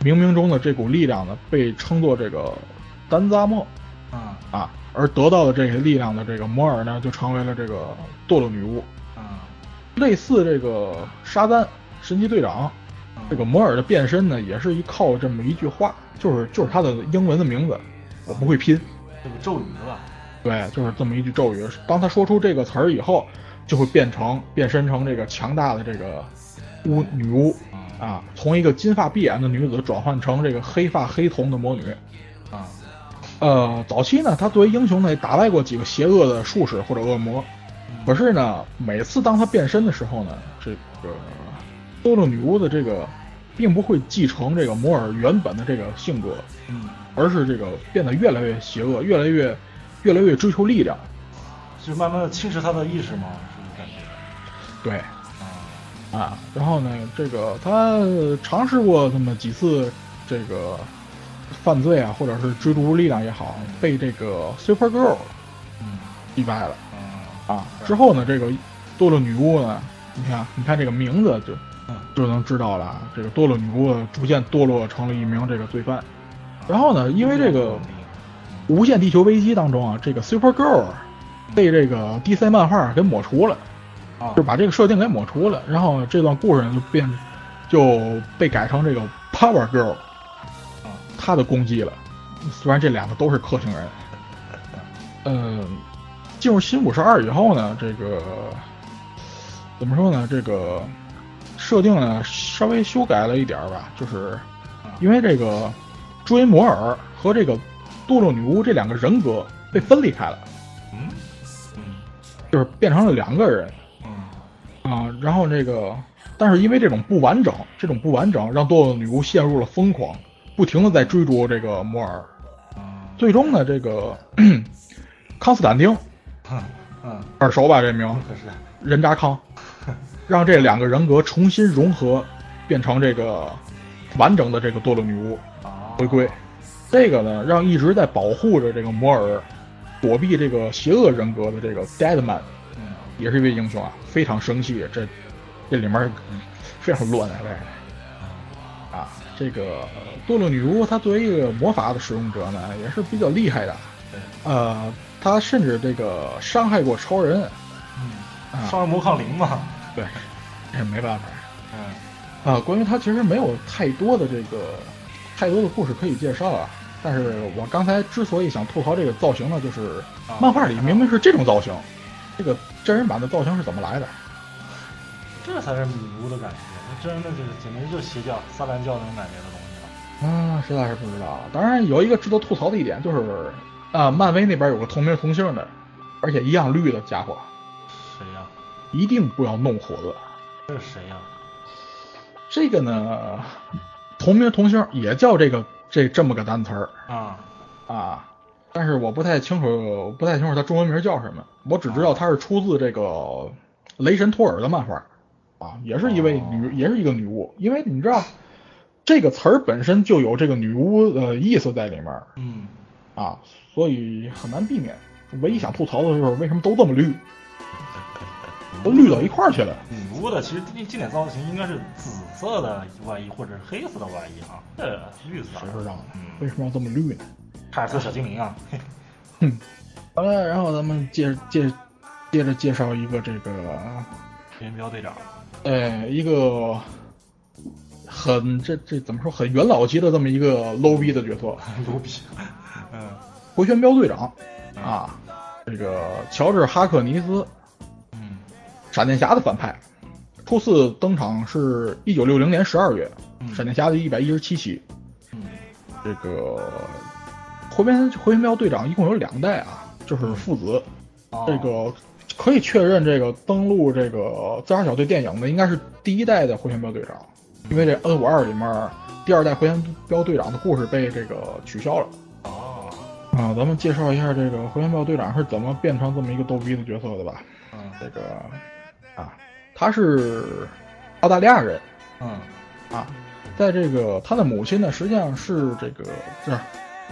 B: 冥冥中的这股力量呢，被称作这个丹扎莫
A: 啊
B: 啊，而得到的这些力量的这个摩尔呢，就成为了这个堕落女巫，
A: 啊
B: 类似这个沙赞神奇队长。这个摩尔的变身呢，也是一靠这么一句话，就是就是他的英文的名字，我不会拼，
A: 这个咒语是吧？
B: 对，就是这么一句咒语。当他说出这个词儿以后，就会变成变身成这个强大的这个巫女巫
A: 嗯
B: 啊，从一个金发碧眼的女子转换成这个黑发黑瞳的魔女。
A: 啊
B: 呃，早期呢，她作为英雄呢，也打败过几个邪恶的术士或者恶魔。可是呢，每次当她变身的时候呢，这个多洛女巫的这个并不会继承这个摩尔原本的这个性格，
A: 嗯，
B: 而是这个变得越来越邪恶，越来越越来越追求力量。
A: 就慢慢的侵蚀他的意识嘛，是不是感觉？
B: 对，
A: 啊
B: 啊，然后呢，这个他尝试过那么几次这个犯罪啊，或者是追逐力量也好，被这个 Super Girl
A: 嗯
B: 击败了
A: 啊
B: 啊。之后呢，这个堕落女巫呢，你看，你看这个名字就就能知道了啊，这个堕落女巫逐渐堕落成了一名这个罪犯。然后呢，因为这个《无限地球危机》当中啊，这个 Super Girl 被这个 DC 漫画给抹除了。
A: 啊
B: 就把这个设定给抹除了，然后这段故事呢就变就被改成这个 Power Girl，她的攻击了。虽然这两个都是克星人，嗯，进入新五十二以后呢，这个怎么说呢？这个设定呢稍微修改了一点儿吧，就是因为这个朱因摩尔和这个堕落女巫这两个人格被分离开了，
A: 嗯嗯
B: 就是变成了两个人。
A: 嗯
B: 啊，然后这个，但是因为这种不完整，这种不完整让堕落女巫陷入了疯狂，不停的在追逐这个摩尔。
A: 嗯
B: 最终呢，这个 [clears throat] 康斯坦丁
A: 嗯，
B: 耳熟吧这名
A: 可是
B: 人
A: [laughs]
B: 渣康，让这两个人格重新融合，变成这个完整的这个堕落女巫
A: 啊
B: 回归。这个呢，让一直在保护着这个摩尔，躲避这个邪恶人格的这个 Deadman
A: 嗯
B: 也是一位英雄啊，非常生气，这这里面儿非常乱啊，这个啊，这个堕落女巫她作为一个魔法的使用者呢，也是比较厉害的，呃，她甚至这个伤害过超人，
A: 嗯，上了魔抗灵嘛，
B: 对，这没办法
A: 嗯
B: 啊、关于她其实没有太多的这个太多的故事可以介绍啊，但是我刚才之所以想吐槽这个造型呢，就是
A: 啊
B: 漫画里明明是这种造型，这个真人版的造型是怎么来的？
A: [laughs] 这才是女巫的感觉，那真的就是简直就是邪教、撒旦教那种感觉的东西了。
B: 啊，实在是不知道。当然有一个值得吐槽的一点就是，啊、漫威那边有个同名同姓的，而且一样绿的家伙，
A: 谁呀、
B: 一定不要弄混了。
A: 这是谁呀、
B: 这个呢，同名同姓也叫这个这这么个单词儿
A: 啊？
B: 啊，但是我不太清楚，不太清楚它中文名叫什么。我只知道它是出自这个《雷神托尔》的漫画，啊，也是一位
A: 哦
B: 女，也是一个女巫。因为你知道，这个词儿本身就有这个女巫的意思在里面儿
A: 嗯，
B: 啊，所以很难避免。唯一想吐槽的就是为什么都这么绿，都绿到一块儿去了。
A: 女巫的其实经经典造型应该是紫色的外衣或者是黑色的外衣啊，这绿色的
B: 谁知道呢？为
A: 嗯，
B: 什么要这么绿呢？
A: 凯尔特小精灵啊，嘿
B: 好了，然后咱们接着接着接着介绍一个这个
A: 林彪队长，
B: 呃，一个很这这怎么说很元老级的这么一个 low 逼的角色，
A: 牛逼，嗯
B: 回旋镖队长啊，这个乔治哈克尼斯，
A: 嗯
B: 闪电侠的反派，初次登场是一九六零年十二月，
A: 嗯，
B: 闪电侠的一百一十七期。
A: 嗯
B: 这个回旋回旋镖队长一共有两代啊，就是父子，
A: 哦
B: 这个可以确认，这个登陆这个自杀小队电影的应该是第一代的回旋镖队长，因为这 N 五二里面第二代回旋镖队长的故事被这个取消了
A: 哦，
B: 啊。咱们介绍一下这个回旋镖队长是怎么变成这么一个逗逼的角色的吧。
A: 嗯
B: 这个啊，他是澳大利亚人，
A: 嗯
B: 在这个他的母亲呢，实际上是这个这儿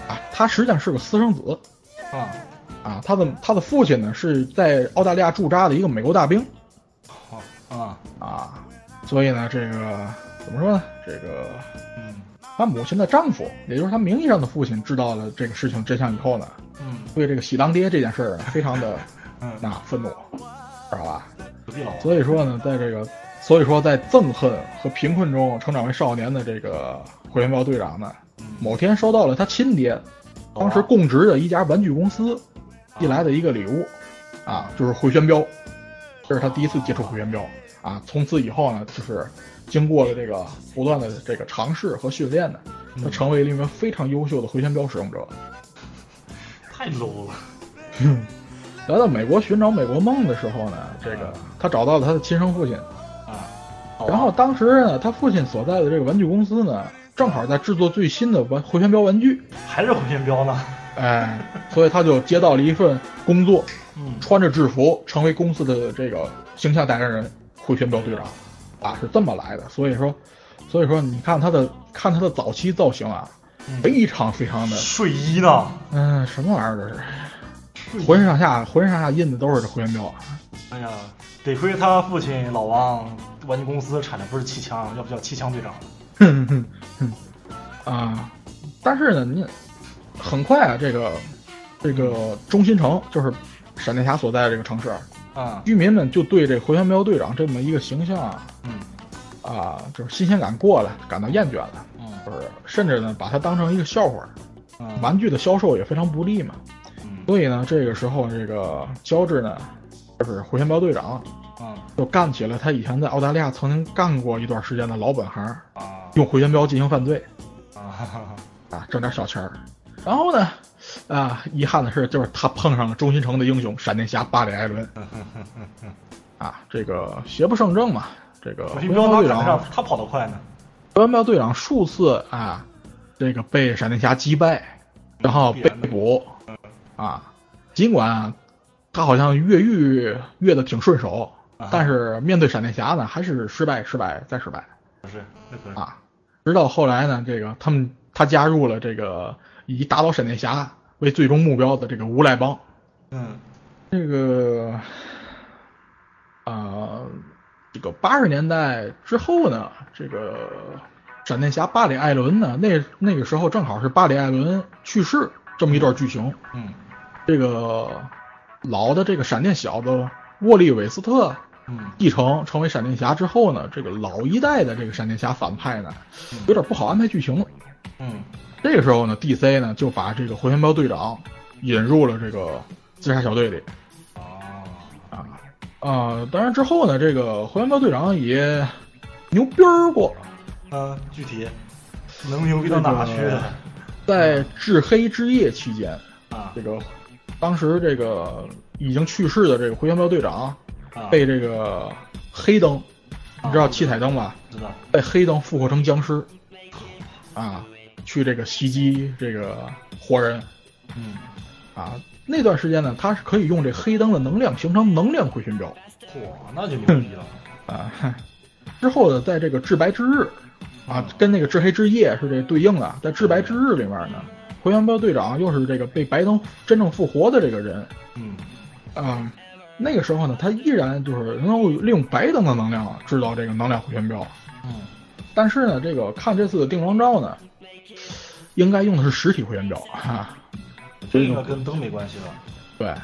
B: 啊，他实际上是个私生子
A: 啊，
B: 啊。他的他的父亲呢是在澳大利亚驻扎的一个美国大兵。
A: 好啊，
B: 啊，所以呢，这个怎么说呢？这个
A: 嗯
B: 他母亲的丈夫，也就是他名义上的父亲，知道了这个事情真相以后呢，
A: 嗯
B: 对这个喜当爹这件事儿非常的
A: [laughs] 嗯，
B: 那愤怒，知道吧？
A: 隔壁老王，
B: 所以说呢，在这个所以说在憎恨和贫困中成长为少年的这个回旋镖队长呢，
A: 嗯
B: 某天收到了他亲爹当时供职的一家玩具公司寄来的一个礼物，啊，就是回旋镖，这是他第一次接触回旋镖啊。从此以后呢，就是经过了这个不断的这个尝试和训练呢，他成为了一名非常优秀的回旋镖使用者。
A: 太 low 了，
B: 来到美国寻找美国梦的时候呢，这个他找到了他的亲生父亲，
A: 啊，好
B: 然后当时呢，他父亲所在的这个玩具公司呢，正好在制作最新的玩回旋镖玩具，
A: 还是回旋镖呢，
B: 哎，所以他就接到了一份工作，
A: 嗯，
B: 穿着制服成为公司的这个形象代言人回旋镖队长，啊，是这么来的。所以说，所以说你看他的看他的早期造型啊，非常非常的，
A: 睡衣呢，
B: 嗯、什么玩意儿这
A: 睡
B: 是？
A: 衣
B: 浑身上下浑身上下印的都是这回旋镖啊，
A: 哎呀，得亏他父亲老王玩具公司产的不是气枪，要不叫气枪队长。
B: 哼哼哼，啊，但是呢，你很快啊，这个这个中心城就是闪电侠所在的这个城市，
A: 啊，
B: 居民们就对这回旋镖队长这么一个形象啊，
A: 嗯
B: 啊，就是新鲜感过了，感到厌倦了，
A: 嗯
B: 就是甚至呢把它当成一个笑话儿，
A: 嗯，
B: 玩具的销售也非常不利嘛。
A: 嗯
B: 所以呢，这个时候这个乔治呢，就是回旋镖队长，
A: 嗯
B: 就干起了他以前在澳大利亚曾经干过一段时间的老本行，
A: 啊
B: 用回旋镖进行犯罪
A: 啊， [laughs]
B: 啊，挣点小钱儿。然后呢，啊，遗憾的是，就是他碰上了中心城的英雄闪电侠巴里艾伦，啊，这个邪不胜正嘛。这个
A: 我
B: 回
A: 去
B: 旋
A: 标
B: 镖
A: 他
B: 队
A: 赶得
B: 长
A: 上，，他跑得快呢。
B: 回旋镖队长数次啊，这个被闪电侠击败，然后被捕，啊，尽管他好像越狱越的挺顺手
A: 啊，
B: 但是面对闪电侠呢，还是失败、失败再失败
A: 不是，那可是
B: 啊。直到后来呢，这个他们他加入了这个以打倒闪电侠为最终目标的这个无赖帮，
A: 嗯
B: 这个啊、这个八十年代之后呢，这个闪电侠巴里艾伦呢，那那个时候正好是巴里艾伦去世这么一段剧情。
A: 嗯
B: 这个老的这个闪电小子沃利韦斯特
A: 嗯
B: 继承成为闪电侠之后呢，这个老一代的这个闪电侠反派呢，有点不好安排剧情了。
A: 嗯
B: 这个时候呢，DC 呢就把这个回旋镖队长引入了这个自杀小队里。
A: 哦
B: 啊啊！当然之后呢，这个回旋镖队长也牛逼儿过，
A: 嗯，具体能牛逼到哪去
B: 在至黑之夜期间，
A: 啊
B: 这个当时这个已经去世的这个回旋镖队长
A: 啊？
B: 被这个黑灯，你知道七彩灯吧？
A: 知道
B: 被黑灯复活成僵尸，啊，去这个袭击这个活人
A: 嗯
B: 啊，那段时间呢，它是可以用这黑灯的能量形成能量回旋镖
A: 嚯，那就牛逼 [laughs] 了。
B: 啊。嗨之后呢，在这个至白之日啊，跟那个至黑之夜是这对应的，在至白之日里面呢，回旋镖队长又是这个被白灯真正复活的这个人
A: 嗯，
B: 啊。那个时候呢，他依然就是能够利用白灯的能量啊制造这个能量回旋镖，
A: 嗯，
B: 但是呢，这个看这次的定妆照呢，应该用的是实体回旋镖哈、
A: 这个跟灯没关系了。
B: 对，啊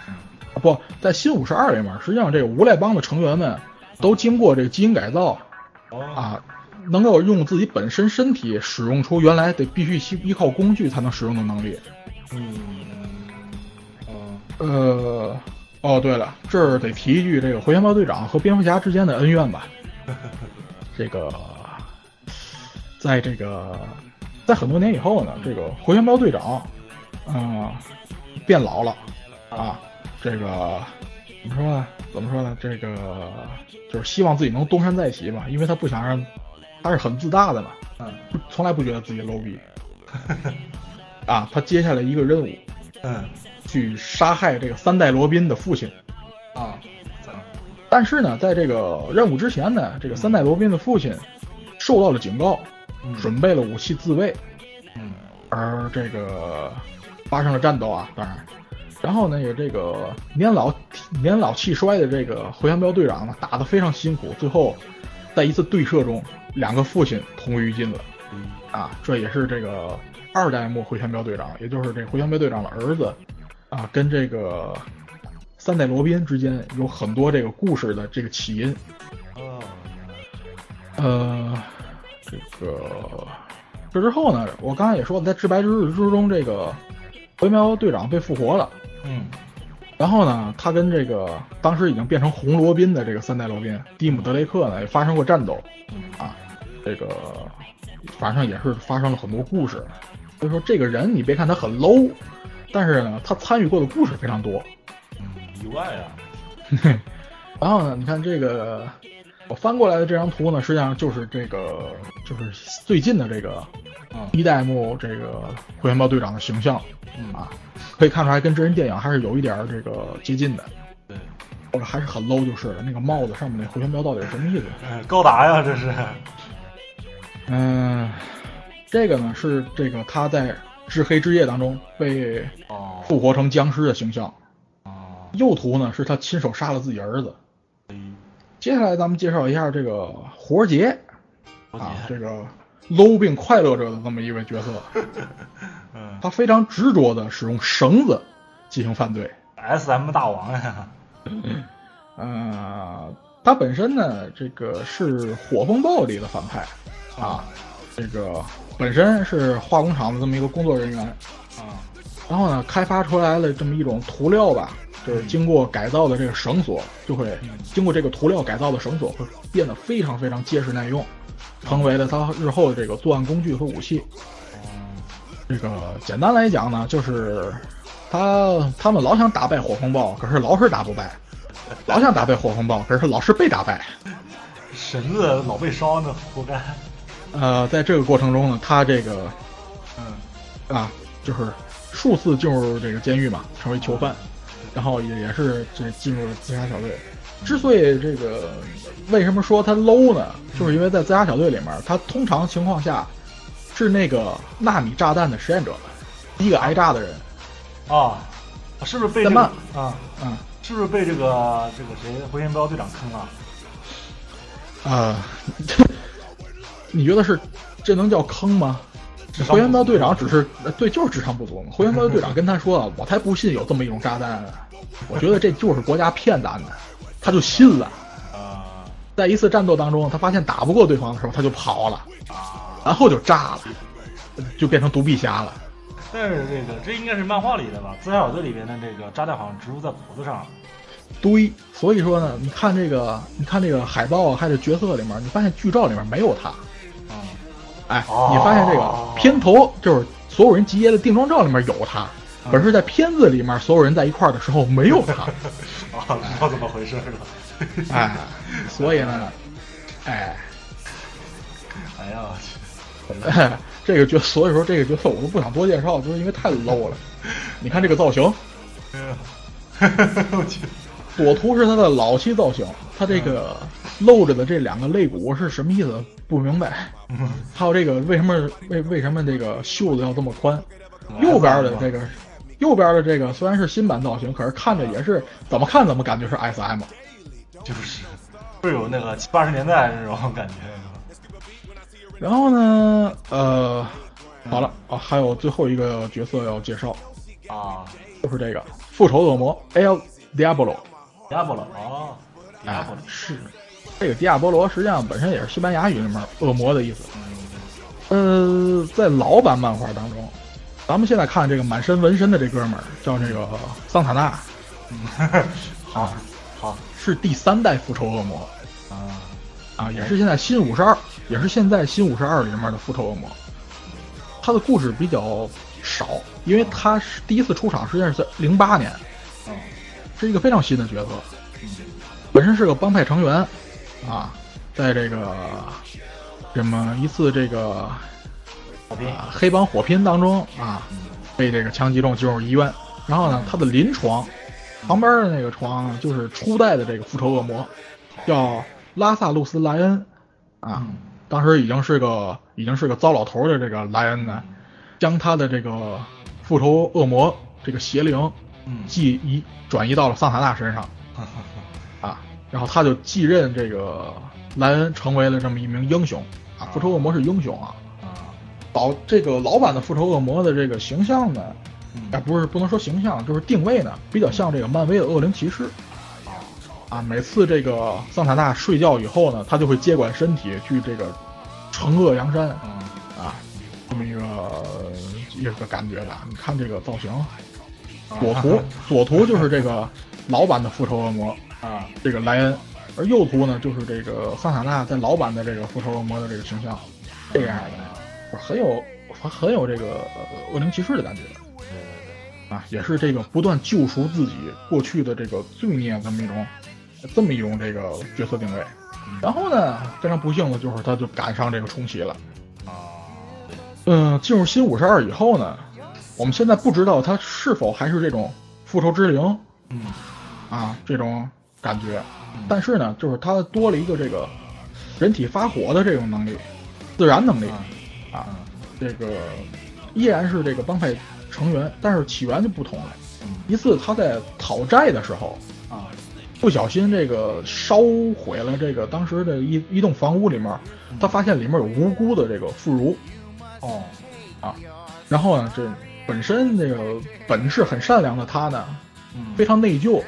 B: 不在新五十二里面，实际上这个无赖帮的成员们都经过这个基因改造
A: 哦，
B: 啊，能够用自己本身身体使用出原来得必须依依靠工具才能使用的能力。
A: 嗯，嗯，
B: 呃，哦，对了，这儿得提一句，这个回旋镖队长和蝙蝠侠之间的恩怨吧。这个，在这个，在很多年以后呢，这个回旋镖队长，啊、变老了啊，这个怎么说呢？怎么说呢？这个就是希望自己能东山再起嘛，因为他不想让，他是很自大的嘛，
A: 嗯，
B: 从来不觉得自己 low 逼。啊，他接下来一个任务，
A: 嗯，
B: 去杀害这个三代罗宾的父亲。
A: 啊，咱
B: 但是呢，在这个任务之前呢，这个三代罗宾的父亲受到了警告，
A: 嗯
B: 准备了武器自卫，
A: 嗯
B: 而这个发生了战斗啊，当然。然后呢，也这个年老年老气衰的这个回旋镖队长呢，打得非常辛苦，最后在一次对射中，两个父亲同归于尽了。啊，这也是这个二代目回旋镖队长，也就是这回旋镖队长的儿子啊，跟这个三代罗宾之间有很多这个故事的这个起因。
A: 哦，
B: 呃，这个这之后呢，我刚才也说了，在至白之日之中，这个回苗队长被复活了。
A: 嗯，
B: 然后呢，他跟这个当时已经变成红罗宾的这个三代罗宾蒂姆·德雷克呢，也发生过战斗
A: 嗯
B: 啊。这个反正也是发生了很多故事。所以说，这个人你别看他很 low，但是呢，他参与过的故事非常多。 [laughs]
A: 嗯，意外啊。
B: 然后呢，你看这个，我翻过来的这张图呢，实际上就是这个，就是最近的这个啊
A: 嗯
B: 一代目这个回旋镖队长的形象
A: 嗯
B: 啊，可以看出来跟真人电影还是有一点儿这个接近的，
A: 对，
B: 或者还是很 low 就是了。那个帽子上面那回旋镖到底是什么意思？
A: 哎高达呀，这是。
B: 嗯、这个呢是这个他在至黑之夜当中被
A: 哦，
B: 复活成僵尸的形象，
A: 哦，哎
B: 右图呢是他亲手杀了自己儿子。接下来咱们介绍一下这个活结
A: 我
B: 啊，
A: 姐，
B: 这个 low 并快乐着的这么一位角色，
A: 嗯
B: 他非常执着的使用绳子进行犯罪。
A: ，S M 大王啊 [laughs] 呀，
B: 呃，他本身呢，这个是火风暴里的反派啊，这个本身是化工厂的这么一个工作人员，
A: 啊，
B: 然后呢，开发出来了这么一种涂料吧，就是经过改造的这个绳索，就会经过这个涂料改造的绳索会变得非常非常结实耐用，成为了他日后的这个作案工具和武器。这个简单来讲呢，就是他他们老想打败火风暴，可是老是打不败；老想打败火风暴，可是老是被打败。
A: 绳子老被烧呢，活该。
B: 呃，在这个过程中呢，他这个
A: 嗯，
B: 啊，就是数次进入这个监狱嘛，成为囚犯，然后也也是这进入了自杀小队。之所以这个为什么说他 low 呢？就是因为在自杀小队里面，他通常情况下是那个纳米炸弹的实验者，第一个挨炸的人。
A: 啊，是不是被这
B: 怎
A: 个
B: 么
A: 啊？
B: 嗯
A: 是不是被这个这个谁回旋镖队长坑了？
B: 啊、 [laughs] 你觉得是这能叫坑吗？回旋镖队长只是呃对，就是智商不足嘛。回旋镖队长跟他说啊，我才不信有这么一种炸弹，啊我觉得这就是国家骗咱的，他就信了。
A: 啊
B: 在一次战斗当中，他发现打不过对方的时候，他就跑了，
A: 啊！
B: 然后就炸了，就变成独臂侠了。
A: 但是这个这应该是漫画里的吧？自杀小队里边的这个炸弹好像植入在脖子上。
B: 对，所以说呢，你看这个，你看这个海报啊，还有角色里面，你发现剧照里面没有他，
A: 嗯，
B: 哎，
A: 哦
B: 你发现这个片头就是所有人集结的定妆照里面有他，可是，在片子里面所有人在一块儿的时候没有他，
A: 啊， [laughs] 知道怎么回事了。
B: 哎，所以呢，哎， [laughs]
A: 哎呀，我去
B: 哎这个角，所以说这个角色我都不想多介绍，就是因为太 low 了。你看这个造型，
A: 我去， [laughs]
B: 左图是他的老期造型，他这个露着的这两个肋骨是什么意思？不明白。还有这个为什么为为什么这个袖子要这么宽？右边的这个，右边的这个虽然是新版造型，可是看着也是怎么看怎么感觉是 S M。
A: 就是会有那个七八十年代那种感觉，是吧
B: 然后呢，呃，好了啊，还有最后一个角色要介绍，
A: 啊
B: 就是这个复仇恶魔 El Diablo。
A: ，Diablo 啊
B: 啊
A: ，Diablo，
B: 是这个迪亚波罗实际上本身也是西班牙语里面恶魔的意思。呃，在老版漫画当中，咱们现在看这个满身纹身的这哥们儿叫这个桑塔纳，啊
A: 好，好，
B: 是第三代复仇恶魔
A: 啊，
B: 啊，也是现在新五十二，也是现在新五十二里面的复仇恶魔。他的故事比较少，因为他是第一次出场实际上是在零八年，
A: 嗯
B: 是一个非常新的角色，
A: 嗯
B: 本身是个帮派成员，啊，在这个这么一次这个
A: 好听，
B: 啊黑帮火拼当中啊，被这个枪击中进入医院。然后呢，他的临床旁边的那个床啊就是初代的这个复仇恶魔，叫拉萨路斯莱恩啊，当时已经是个已经是个糟老头的这个莱恩呢，将他的这个复仇恶魔这个邪灵
A: 嗯， [laughs]
B: 记移转移到了桑塔纳身上。啊，然后他就继任这个莱恩，成为了这么一名英雄啊。复仇恶魔是英雄啊，
A: 啊，
B: 老这个老版的复仇恶魔的这个形象呢，啊
A: 嗯，
B: 不是不能说形象，就是定位呢，比较像这个漫威的恶灵骑士。啊，每次这个桑塔纳睡觉以后呢，他就会接管身体去这个惩恶扬善
A: 嗯，
B: 啊，这么一个一个感觉吧。你看这个造型，
A: 啊
B: 左图左图就是这个老版的复仇恶魔，
A: 啊，
B: 这个莱恩，而右图呢就是这个桑塔纳在老版的这个复仇恶魔的这个形象，这样的，很有很有这个呃恶灵骑士的感觉啊，也是这个不断救赎自己过去的这个罪孽这么一种这么一种这个角色定位。
A: 嗯
B: 然后呢，非常不幸的就是他就赶上这个重启了。
A: 啊，对，
B: 嗯，进入新五十二以后呢，我们现在不知道他是否还是这种复仇之灵
A: 嗯，
B: 啊这种感觉，但是呢，就是它多了一个这个人体发火的这种能力，自燃能力
A: 啊
B: 啊，这个依然是这个帮派成员，但是起源就不同了。一次他在讨债的时候，
A: 啊，
B: 不小心这个烧毁了这个当时的一一栋房屋里面，他发现里面有无辜的这个妇孺，
A: 哦，
B: 然后呢，这本身这个本是很善良的他呢，
A: 嗯，
B: 非常内疚，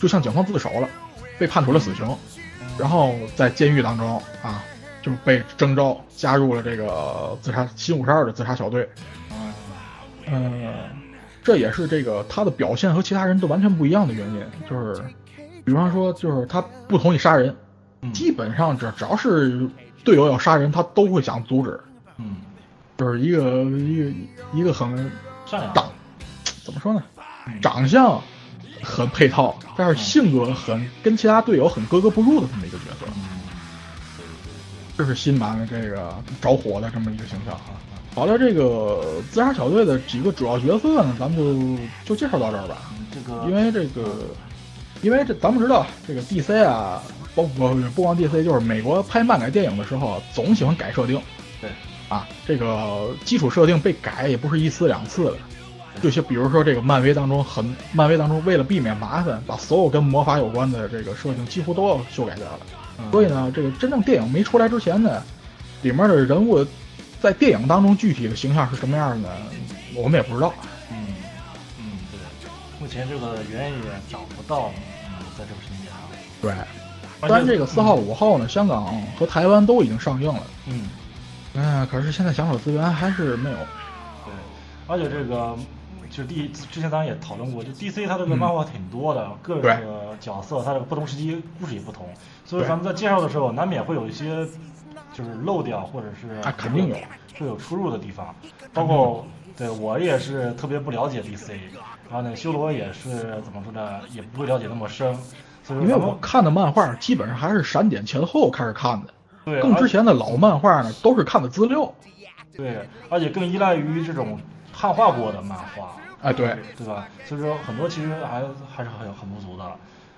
B: 就向警方自首了，被判处了死刑，然后在监狱当中啊，就被征召加入了这个自杀新五十二的自杀小队。
A: 嗯，
B: 嗯，这也是这个他的表现和其他人都完全不一样的原因，就是比方说就是他不同意杀人，
A: 嗯
B: 基本上只只要是队友要杀人，他都会想阻止，
A: 嗯，
B: 就是一个一个一个很
A: 善良，
B: 长，怎么说呢？长相很配套，但是性格很跟其他队友很格格不入的这么一个角色。这是新版的这个着火的这么一个形象啊。好了，这个自杀小队的几个主要角色呢，咱们就就介绍到这儿吧。
A: 嗯这个，
B: 因为这个，因为这咱们知道，这个 DC 啊，包括不光 DC，就是美国拍漫改电影的时候啊，总喜欢改设定。
A: 对，
B: 啊，这个基础设定被改也不是一次两次了。就像比如说这个漫威当中很，漫威当中为了避免麻烦，把所有跟魔法有关的这个设定几乎都要修改掉了。
A: 嗯
B: 所以，呢，这个真正电影没出来之前呢，里面的人物在电影当中具体的形象是什么样的呢，我们也不知道。
A: 嗯，嗯，对，目前这个原因也找不到，嗯，在这个时间点上，
B: 对，当然，这个四号、五号呢，香港和台湾都已经上映了。
A: 嗯。
B: 嗯，可是现在抢手资源还是没有。啊
A: 对，而且这个就 D 之前咱也讨论过，就 DC 它这个漫画挺多的，各
B: 嗯对
A: 个角色它这个不同时期故事也不同，所以
B: 对
A: 咱们在介绍的时候难免会有一些就是漏掉或者是
B: 啊肯定有
A: 会有出入的地方，包括对我也是特别不了解 DC，然后呢修罗也是怎么说呢，也不会了解那么深，所以
B: 因
A: 说咱
B: 为
A: 们
B: 我看的漫画基本上还是闪点前后开始看的，
A: 对
B: 更
A: 而
B: 之前的老漫画呢都是看的资料。
A: 对，而且更依赖于这种汉化过的漫画，
B: 哎，对，
A: 对吧？所以说很多其实还还是很很不足的。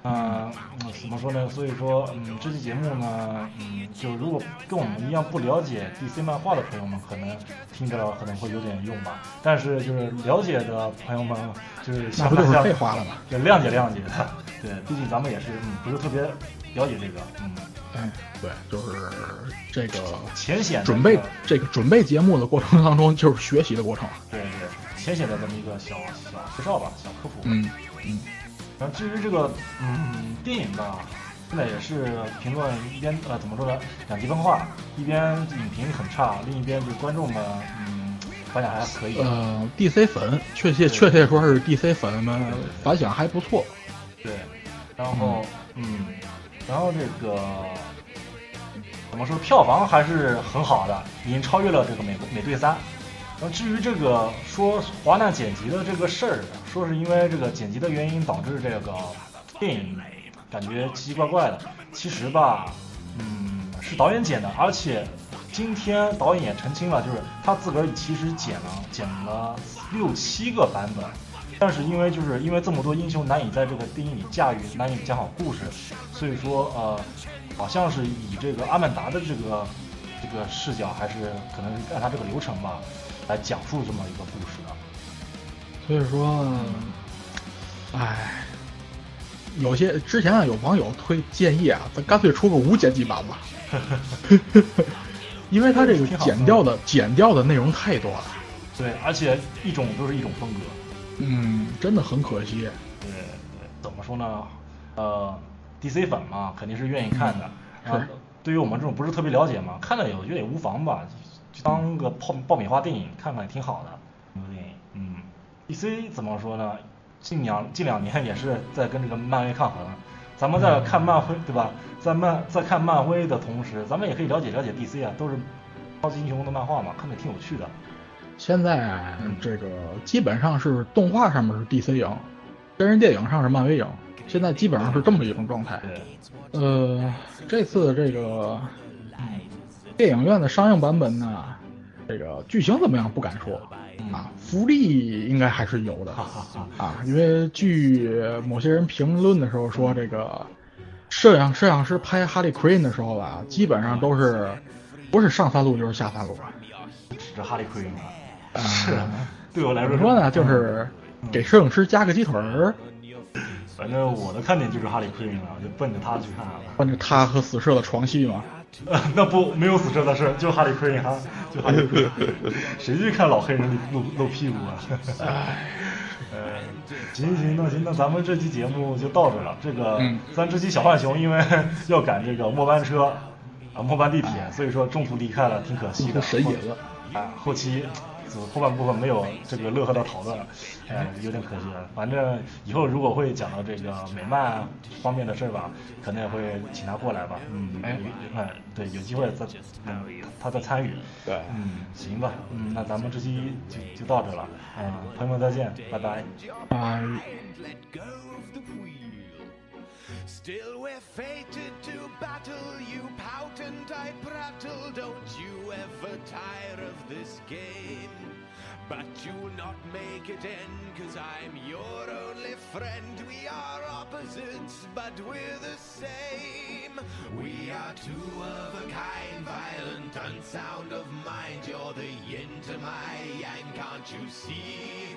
A: 嗯、嗯怎么说呢？所以说，嗯，这期节目呢，嗯，就如果跟我们一样不了解 DC 漫画的朋友们，可能听着可能会有点用吧。但是就是了解的朋友们，就是
B: 那
A: 想
B: 不就是 [laughs]
A: 想
B: 废话了吗？
A: 也谅解谅解的。对，毕竟咱们也是，嗯，不是特别了解这个，嗯，
B: 哎，对，就是这个
A: 浅显的
B: 准备
A: 一个
B: 这个准备节目的过程当中，就是学习的过程。
A: 对对，浅显的这么一个小小介绍吧，小科普。
B: 嗯嗯，
A: 然后至于这个嗯电影吧，现在也是评论一边呃怎么说呢，两极分化，一边影评很差，另一边就是观众们嗯反响还可以。
B: 呃，DC 粉，确切确切说是 DC 粉们反响还不错。
A: 对，然后嗯，然后这个怎么说，票房还是很好的，已经超越了这个美国《美队三》。然后至于这个说华纳剪辑的这个事儿，说是因为这个剪辑的原因导致这个电影感觉奇奇怪怪的，其实吧，嗯，是导演剪的，而且今天导演也澄清了，就是他自个儿其实剪了剪了六七个版本，但是因为就是因为这么多英雄难以在这个电影里驾驭，难以讲好故事，所以说呃，好像是以这个阿曼达的这个这个视角，还是可能是按他这个流程吧，来讲述这么一个故事啊的。
B: 所以说，哎，有些之前啊有网友推建议啊，咱干脆出个无剪辑版吧，因为他这个
A: 挺好
B: 剪掉的剪掉的内容太多了，
A: 对，而且一种都是一种风格。
B: 嗯，真的很可惜。
A: 对对，怎么说呢？呃，DC 粉嘛，肯定是愿意看的。
B: [laughs] 是
A: 啊，对于我们这种不是特别了解嘛，看了也我觉得也无妨吧，就当个爆爆米花电影看看也挺好的。那部电影，嗯，DC 怎么说呢？近两近两年也是在跟这个漫威抗衡。咱们
B: 嗯
A: 在看漫威，对吧？在漫在看漫威的同时，咱们也可以了解了解 DC 啊，都是超级英雄的漫画嘛，看着挺有趣的。
B: 现在啊这个基本上是动画上面是 DC 赢，真人电影上是漫威赢，现在基本上是这么一种状态。
A: 对，
B: 呃，这次这个、嗯电影院的商映版本呢，这个剧情怎么样不敢说啊，福利应该还是有的
A: 哈哈哈。
B: 啊，因为据某些人评论的时候说，这个摄影摄影师拍哈利奎因的时候吧，基本上都是不是上三路就是下三路啊。
A: [laughs] 指着哈利奎因嘛。
B: 啊
A: 是啊， [laughs] 对我来
B: 怎
A: 说
B: 么说呢，就是给摄影师加个鸡腿儿，
A: 反正我的看点就是哈利奎因了，我就奔着他去看了。
B: 换着他和死射的床戏嘛。
A: 呃 [laughs] 那不没有死神的事，就哈利奎因哈，啊就哈利奎因，谁去看老黑人露露屁股啊？ [laughs] 呃，行行，那行，那咱们这期节目就到这了。这个，
B: 嗯
A: 咱这期小浣熊因为要赶这个末班车啊，末班地铁，所以说中途离开了，挺可惜的。
B: 神隐了。
A: 啊，后期就后半部分没有这个乐呵的讨论，哎，有点可惜了。反正以后如果会讲到这个美漫方面的事儿吧，可能也会请他过来吧。嗯，哎，哎，对，有机会再，嗯，他再参与。
B: 对
A: 嗯，行吧，嗯，那咱们这期就就到这了，嗯，朋友们再见，拜拜。
B: 啊，
F: and let go of the wheel. Still, we're fated to battle. You pout and I prattle. Don't you ever tire of this game? But you'll not make it end, cause I'm your only friend. We are opposites, but we're the same. We are two of a kind, violent, unsound of mind. You're the yin to my yang, can't you see?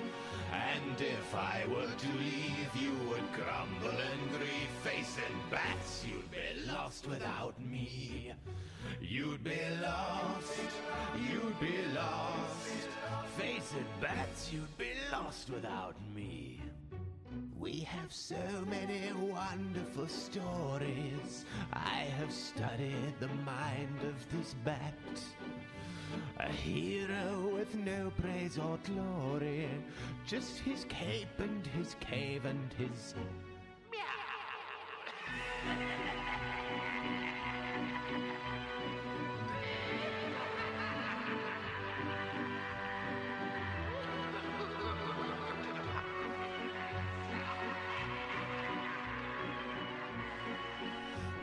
F: And if I were to leave, you would crumble and grieve, face and bats. You'd be lost without me. You'd be lost. You'd be lost. Face and bats, you'd be lost without me. We have so many wonderful stories. I have studied the mind of this bat. A hero with no praise or glory, just his cape and his cave and his.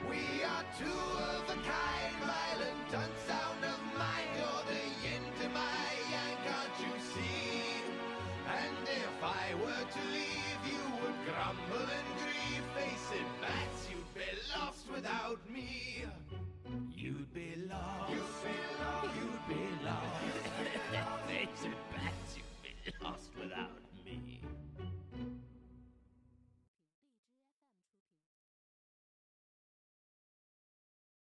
F: We are two of a kind, violent, unsound. [laughs]